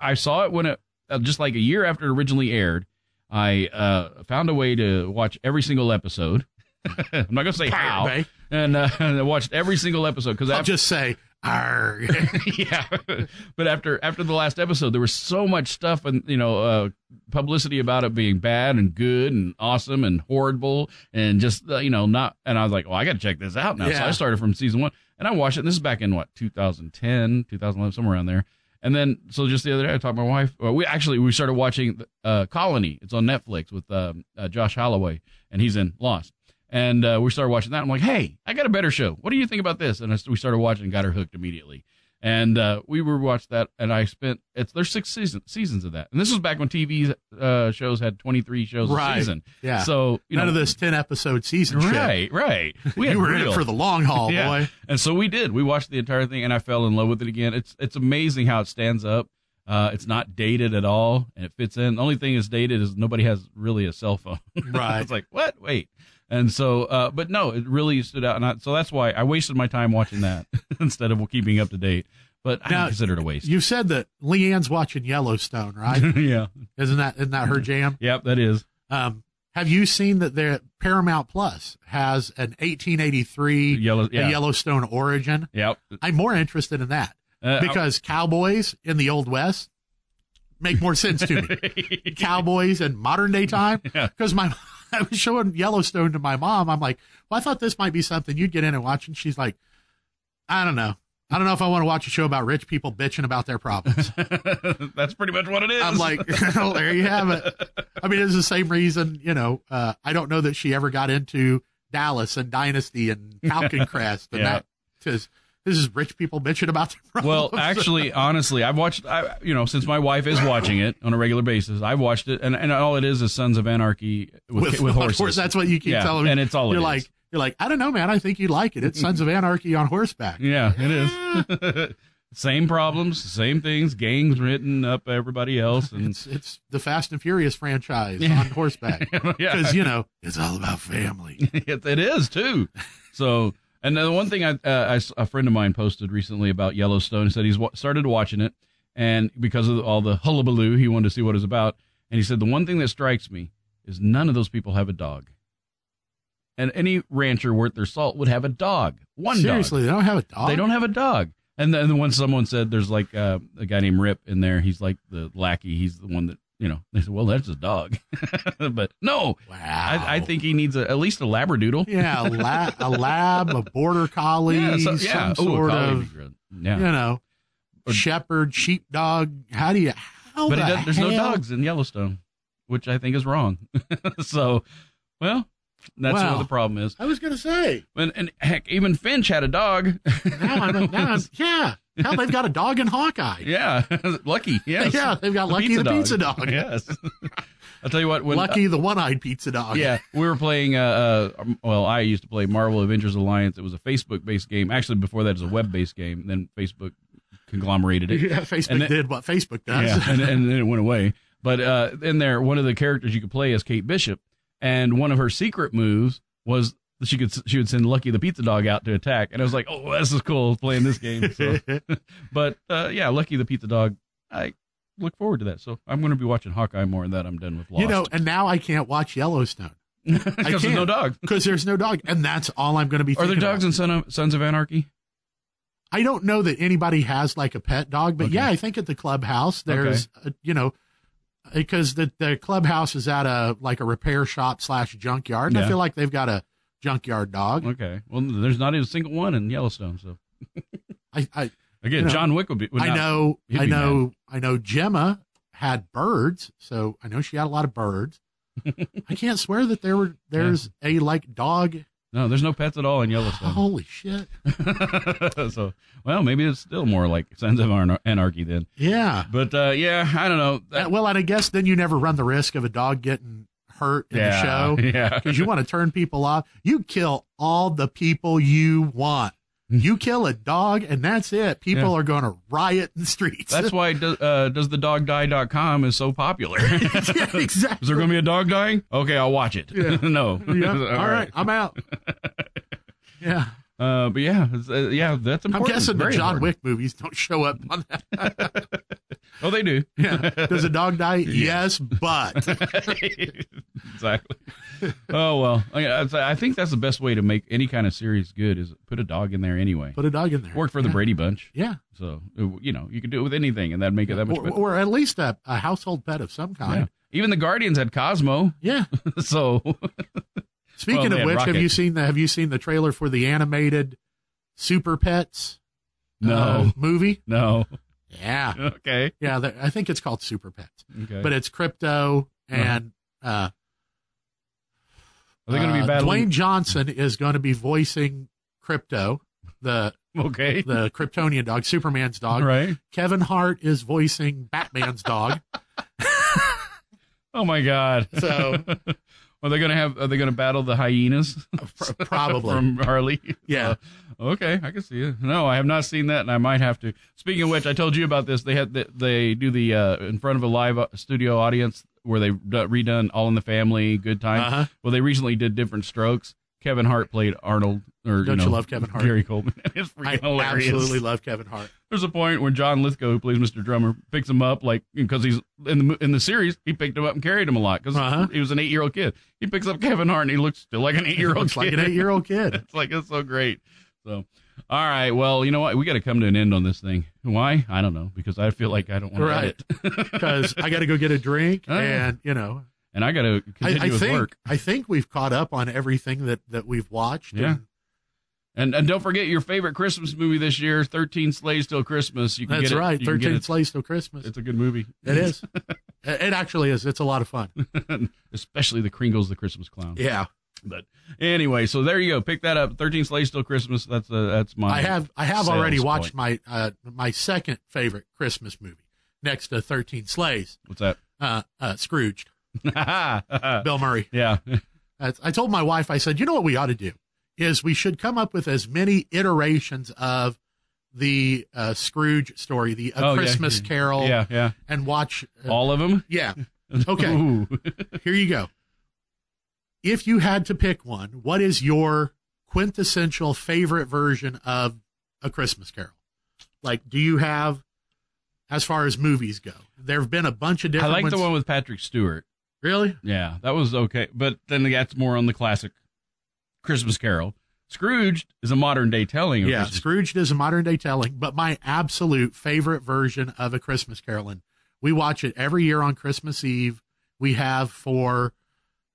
D: I saw it when it uh, just like a year after it originally aired. I uh, found a way to watch every single episode. I'm not gonna say how,
A: Bay.
D: and uh, I watched every single episode because
A: I'll just say, Arg.
D: yeah. but after after the last episode, there was so much stuff and you know uh, publicity about it being bad and good and awesome and horrible and just uh, you know not. And I was like, well, I got to check this out now. So
A: Yeah.
D: I started from season one and I watched it. And this is back in what 2010, 2011, somewhere around there. And then so just the other day, I talked to my wife. Well, we actually we started watching uh, Colony. It's on Netflix with um, uh, Josh Holloway, and he's in Lost. And uh, we started watching that. I'm like, hey, I got a better show. What do you think about this? And I, we started watching and got her hooked immediately and uh, we were watched that, and I spent it's there's six season, seasons of that, and this was back when TV uh, shows had 23 shows
A: Right.
D: a season.
A: Yeah.
D: So you
A: None
D: know,
A: of this 10 episode season shit.
D: Right, right. We had
A: You were in
D: real-
A: it for the long haul,
D: Yeah.
A: boy.
D: and so we did. We watched the entire thing, and I fell in love with it again. It's it's amazing how it stands up. Uh, it's not dated at all, and it fits in. The only thing that's dated is nobody has really a cell phone.
A: Right.
D: it's like what? Wait. And so, uh, but no, it really stood out, and I, so that's why I wasted my time watching that instead of keeping up to date. But I
A: Now,
D: don't consider it a waste.
A: You said that Leanne's watching Yellowstone, right?
D: yeah.
A: isn't that isn't that
D: Mm-hmm.
A: her jam?
D: Yep, that is.
A: Um, have you seen that their Paramount Plus has an 1883
D: Yellow- yeah.
A: a Yellowstone origin?
D: Yep.
A: I'm more interested in that
D: Uh,
A: because cowboys in the Old West make more sense to me. cowboys in modern day time
D: Yeah.
A: because my I was showing Yellowstone to my mom. I'm like, well, I thought this might be something you'd get in and watch, and she's like, I don't know. I don't know if I want to watch a show about rich people bitching about their problems.
D: That's pretty much what it is.
A: I'm like, well, there you have it. I mean, it's the same reason, you know, uh, I don't know that she ever got into Dallas and Dynasty and Falcon Crest and
D: Yeah.
A: that because this is rich people bitching about their problems.
D: Well, uh, actually, honestly, I've watched. I, you know, since my wife is watching it on a regular basis, I've watched it, and, and all it is is Sons of Anarchy with, with, horses.
A: That's what you keep
D: yeah,
A: telling me.
D: and it's all it
A: you're
D: is.
A: like, you're like, I don't know, man. I think you like it. It's Sons of Anarchy on horseback.
D: Yeah, it is. same problems, same things. Gangs written up everybody else, and
A: It's it's the Fast and Furious franchise
D: Yeah.
A: on horseback
D: yeah,
A: because you know it's all about family.
D: it, it is too. So, and the one thing I, uh, I s- a friend of mine posted recently about Yellowstone he said he's wa started watching it, and because of all the hullabaloo, he wanted to see what it was about. And he said the one thing that strikes me is none of those people have a dog. And any rancher worth their salt would have a dog. One dog.
A: Seriously, they don't have a dog.
D: They don't have a dog. And then the one someone said, there's like uh, a guy named Rip in there. He's like the lackey. He's the one that, you know, they said, well, that's a dog. but no,
A: Wow.
D: I, I think he needs a, at least a Labradoodle.
A: Yeah, a, la- a lab, a border collie, some
D: so- Ooh, a
A: sort
D: collie would
A: of
D: be good. Yeah.
A: you know
D: Or-
A: shepherd, sheepdog. How do you? How
D: But it
A: the
D: does, there's no
A: hell-
D: dogs in Yellowstone, which I think is wrong. so, well, that's
A: Wow.
D: where the problem is.
A: I was gonna say.
D: And, and heck, even Finch had a dog.
A: Now I'm, now I'm yeah. Hell, they've got a dog in Hawkeye.
D: yeah. Lucky. Yes.
A: Yeah, they've got Lucky the pizza dog.
D: Yes. I'll tell you what. When, uh,
A: Lucky the one-eyed pizza dog.
D: yeah, we were playing. Uh, uh, well, I used to play Marvel Avengers Alliance. It was a Facebook-based game. Actually, before that, it was a web-based game. Then Facebook conglomerated it.
A: Yeah, Facebook
D: And then-
A: did what Facebook does.
D: Yeah, and, and then it went away. But uh, in there, one of the characters you could play is Kate Bishop, and one of her secret moves was that she could she would send Lucky the pizza dog out to attack. And I was like, oh, this is cool playing this game. So, but uh, yeah, Lucky the pizza dog. I look forward to that. So I'm going to be watching Hawkeye more, and that I'm done with Lost.
A: you know, and now I can't watch Yellowstone
D: because there's no
A: can't.
D: dog.
A: because there's no dog, and that's all I'm going to be.
D: Are there
A: thinking
D: dogs
A: about.
D: in Son of, Sons of Anarchy?
A: I don't know that anybody has like a pet dog, but
D: Okay.
A: yeah, I think at the clubhouse there's uh, you know because the the clubhouse is at a like a repair shop slash junkyard, and I
D: Yeah.
A: feel like they've got a junkyard dog.
D: Okay. Well, there's not even a single one in Yellowstone. So
A: I I,
D: again,
A: You know,
D: John Wick would be. Would
A: I
D: not-
A: know
D: he'd
A: I
D: be
A: know I know Gemma had birds, so I know she had a lot of birds. I can't swear that there were there's a like dog.
D: No, there's no pets at all in Yellowstone.
A: Holy shit!
D: so, well, maybe it's still more like Sons of Anar- Anarchy then.
A: Yeah.
D: But uh, yeah, I don't know. That-
A: Uh, well, and I guess then you never run the risk of a dog getting hurt in
D: yeah,
A: the show.
D: Yeah.
A: because you want to turn people off. You kill all the people you want.
D: Mm-hmm.
A: You kill a dog, and that's it. People are going to riot in the streets.
D: That's why do, uh, does the dog die.com is so popular. is
A: yeah, exactly.
D: there going to be a dog dying? Okay, I'll watch it.
A: Yeah.
D: no.
A: Yeah, all right. I'm out. Yeah,
D: Uh, but yeah, it's, uh, yeah, that's
A: I'm
D: important.
A: guessing the
D: Very
A: John
D: important.
A: Wick movies don't show up on that.
D: Oh, they do.
A: Yeah. Does a dog die? yes, but
D: exactly. Oh well, I, I I think that's the best way to make any kind of series good is put a dog in there anyway.
A: put a dog in there.
D: Worked for the
A: yeah.
D: Brady Bunch,
A: Yeah,
D: so uh, you know you could do it with anything, and that'd make it that much
A: or,
D: better.
A: or at least a, a household pet of some
D: Yeah.
A: kind.
D: Even the Guardians had Cosmo,
A: Yeah.
D: so
A: Speaking
D: Well,
A: of
D: man,
A: which, have
D: Rocket.
A: you seen the have you seen the trailer for the animated Super Pets
D: no,
A: uh, movie?
D: um, no,
A: Yeah.
D: okay, uh,
A: Yeah, the- I think it's called Super Pets,
D: okay.
A: but it's crypto and uh,
D: Uh-huh. Are they going to
A: uh,
D: be battling?
A: Dwayne Johnson is going to be voicing crypto, the
D: okay,
A: the Kryptonian dog, Superman's dog.
D: right?
A: Kevin Hart is voicing Batman's dog.
D: Oh my God!
A: So-
D: are they going to have? Are they going to battle the hyenas?
A: Pro- probably.
D: from Harley.
A: Yeah.
D: Uh, okay, I can see it. No, I have not seen that, and I might have to. Speaking of which, I told you about this. They had they do the uh, in front of a live uh, studio audience where they redone All in the Family, Good Time.
A: Uh-huh.
D: Well, they recently did Different Strokes. Kevin Hart played Arnold. Or,
A: Don't you
D: know,
A: love Kevin Hart?
D: Gary Coleman. it's freaking
A: I
D: hilarious.
A: absolutely love Kevin Hart.
D: There's a point where John Lithgow, who plays Mr. Drummer, picks him up like because he's in the mo- in the series he picked him up and carried him a lot because
A: Uh-huh.
D: he was an eight year old kid. He picks up Kevin Hart and he looks still like an eight year old
A: Looks
D: kid.
A: like an eight year old kid.
D: It's like it's so great. So, all right. Well, you know what? We got to come to an end on this thing. Why? I don't know because I feel like I don't want
A: Right.
D: to edit,
A: Because I got to go get a drink,
D: Oh, yeah.
A: and you know,
D: and I got to continue
A: I, I
D: with
A: think
D: work.
A: I think we've caught up on everything that that we've watched.
D: Yeah.
A: and
D: And and don't forget your favorite Christmas movie this year, Thirteen Slaves Till Christmas. You can
A: That's
D: get it.
A: right.
D: You can get
A: Thirteen
D: it.
A: Slays Till Christmas.
D: It's a good movie,
A: It is. it it actually is. It's a lot of fun.
D: especially the Kringle's the Christmas clown.
A: Yeah.
D: But anyway, so there you go. Pick that up. Thirteen Slaves Till Christmas. That's uh, that's my.
A: I have I have
D: sales
A: already
D: point.
A: watched my uh, my second favorite Christmas movie next to Thirteen Slays,
D: What's that?
A: uh, uh, Scrooged,
D: yeah.
A: Bill Murray. I, I told my wife, I said, you know what we ought to do is we should come up with as many iterations of the uh, Scrooge story, the A
D: Oh, yeah.
A: Christmas Carol,
D: Yeah. Yeah.
A: and watch. Uh,
D: All of them.
A: yeah, Okay.
D: Ooh.
A: here you go. If you had to pick one, what is your quintessential favorite version of A Christmas Carol? Like, do you have, as far as movies go, there have been a bunch of
D: I
A: different
D: like
A: ones.
D: the one with Patrick Stewart.
A: really?
D: Yeah, that was okay. But then that's more on the classic Christmas Carol. Scrooge is a modern day telling. Of
A: Yeah,
D: Christmas-
A: Scrooged is a modern day telling, but my absolute favorite version of A Christmas Carol. And we watch it every year on Christmas Eve. We have for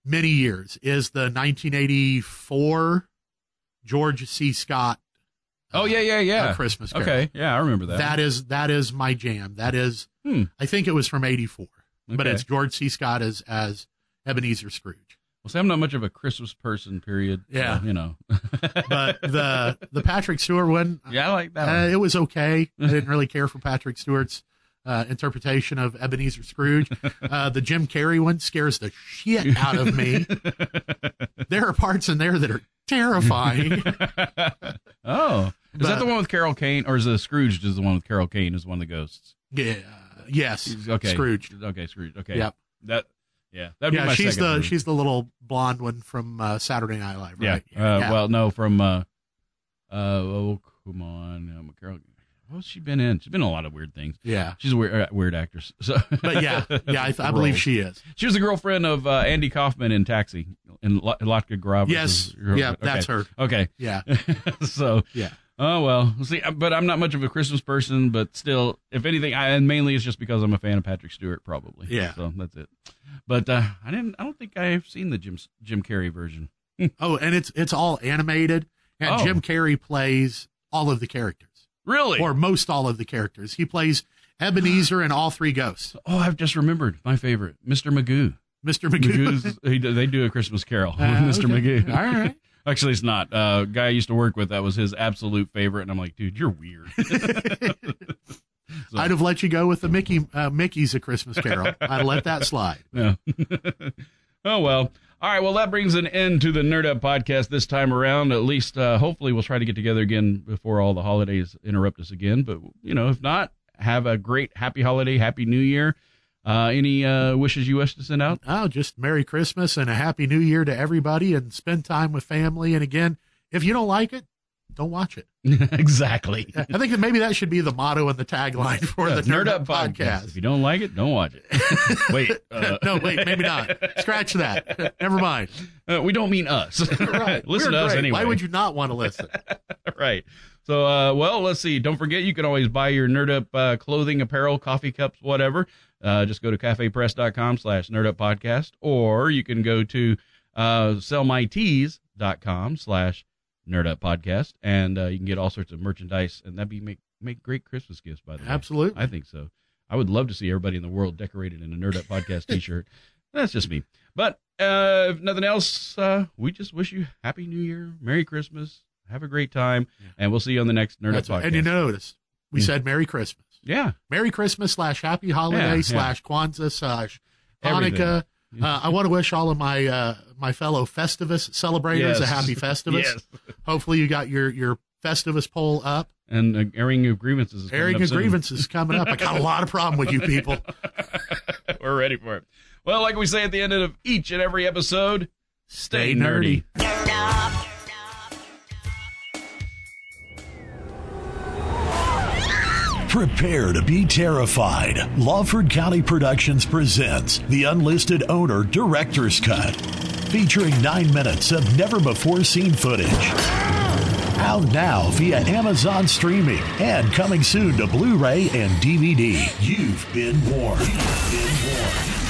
A: many years is the 1984 George C. Scott. uh,
D: Oh yeah, yeah,
A: A
D: yeah.
A: Christmas Carol.
D: Okay, yeah, I remember that.
A: that is that is my jam. That is,
D: Hmm.
A: I think it was from '84, but
D: Okay.
A: it's George C. Scott as as Ebenezer Scrooge.
D: Well, see, I'm not much of a Christmas person. Period.
A: Yeah.
D: So, you know.
A: But the the Patrick Stewart one,
D: yeah, I like that.
A: uh,
D: one.
A: it was okay. I didn't really care for Patrick Stewart's uh, interpretation of Ebenezer Scrooge. Uh, the Jim Carrey one scares the shit out of me. there are parts in there that are terrifying.
D: oh, is that
A: But-
D: the one with Carol Kane, or is it Scrooge? Is the one with Carol Kane? Is one of the ghosts?
A: yeah. Yes.
D: Okay,
A: Scrooge.
D: Okay, Scrooge. Okay.
A: Yep.
D: That. Yeah. That'd be
A: Yeah.
D: my
A: She's
D: second
A: the
D: movie.
A: she's the little blonde one from uh, Saturday Night Live.
D: Yeah.
A: Right?
D: Uh, Well, no, from uh, uh, oh come on, um, Carol. What's she been in? She's been in a lot of weird things.
A: yeah.
D: She's a weird, uh, weird actress. So,
A: But yeah, yeah, I, th- I believe she is.
D: she was the girlfrind of uh, Andy Kaufman in Taxi, in L- Lotka Gravers.
A: Yes, yeah, that's her.
D: Okay,
A: Yeah,
D: so
A: yeah.
D: oh well. See, I- but I'm not much of a Christmas person, but still, if anything, I, and mainly it's just because I'm a fan of Patrick Stewart, probably.
A: Yeah.
D: So that's it. But uh, I didn't. I don't think I've seen the Jim Jim Carrey version.
A: Oh, and it's it's all animated, and
D: Oh.
A: Jim Carrey plays all of the characters,
D: Really?
A: or most all of the characters. He plays Ebenezer and all three ghosts.
D: Oh, I've just remembered my favorite, Mr. Magoo.
A: Mister Magoo.
D: Magoo's, he, do- they do a Christmas Carol
A: Uh,
D: with Mr.
A: okay.
D: Magoo.
A: All right.
D: Actually, it's not. Uh, guy I used to work with that was his absolute favorite, and I'm like, dude, you're weird.
A: I'd have let you go with the Mickey uh, Mickey's A Christmas Carol. I'd let that slide.
D: No. oh well. All right. Well, that brings an end to the Nerd Up podcast this time around. At least, uh, hopefully, we'll try to get together again before all the holidays interrupt us again. But you know, if not, have a great, happy holiday, happy New Year. Uh, any uh, wishes you wish to send out?
A: Oh, just Merry Christmas and a Happy New Year to everybody, and spend time with family. And again, if you don't like it, don't watch it.
D: exactly.
A: I think that maybe that should be the motto and the tagline for the Nerd, Up podcast.
D: If you don't like it, don't watch it. Wait. Uh,
A: no, wait, maybe not. Scratch that. Never mind.
D: uh, we don't mean us.
A: Right.
D: Listen
A: We're
D: to us
A: great.
D: anyway.
A: Why would you not want to listen?
D: right. So, uh, well, let's see. Don't forget, you can always buy your Nerd Up uh, clothing, apparel, coffee cups, whatever. Uh, just go to cafepress.com slash nerd up podcast, or you can go to uh, sellmytees.com slash nerd up podcast, and uh, you can get all sorts of merchandise, and that'd be make, make great Christmas gifts, by the way.
A: Absolutely.
D: I think so. I would love to see everybody in the world decorated in a Nerd Up podcast t shirt. That's just me. But uh, if nothing else, uh, we just wish you Happy New Year, Merry Christmas, have a great time, and we'll see you on the next Nerd
A: That's
D: Up
A: right.
D: podcast.
A: And you notice we
D: Mm.
A: said Merry Christmas.
D: yeah.
A: Merry Christmas slash Happy
D: Yeah,
A: Holiday
D: yeah.
A: slash Kwanzaa slash
D: Everything.
A: Hanukkah. Uh, I want to wish all of my uh, my fellow Festivus celebrators a
D: Yes.
A: happy Festivus.
D: Yes.
A: Hopefully, you got your your Festivus poll up.
D: And uh, airing of grievances. Is coming
A: Airing
D: up
A: of
D: soon.
A: grievances coming up. I got a lot of problem with you people.
D: We're ready for it. Well, like we say at the end of each and every episode, stay,
A: Stay nerdy.
D: nerdy.
B: Nerd up.
E: Prepare to be terrified. Lawford County Productions presents The Unlisted Owner Director's Cut, featuring nine minutes of never before seen footage. Out now via Amazon streaming and coming soon to Blu ray and DVD. You've been warned. You've been warned.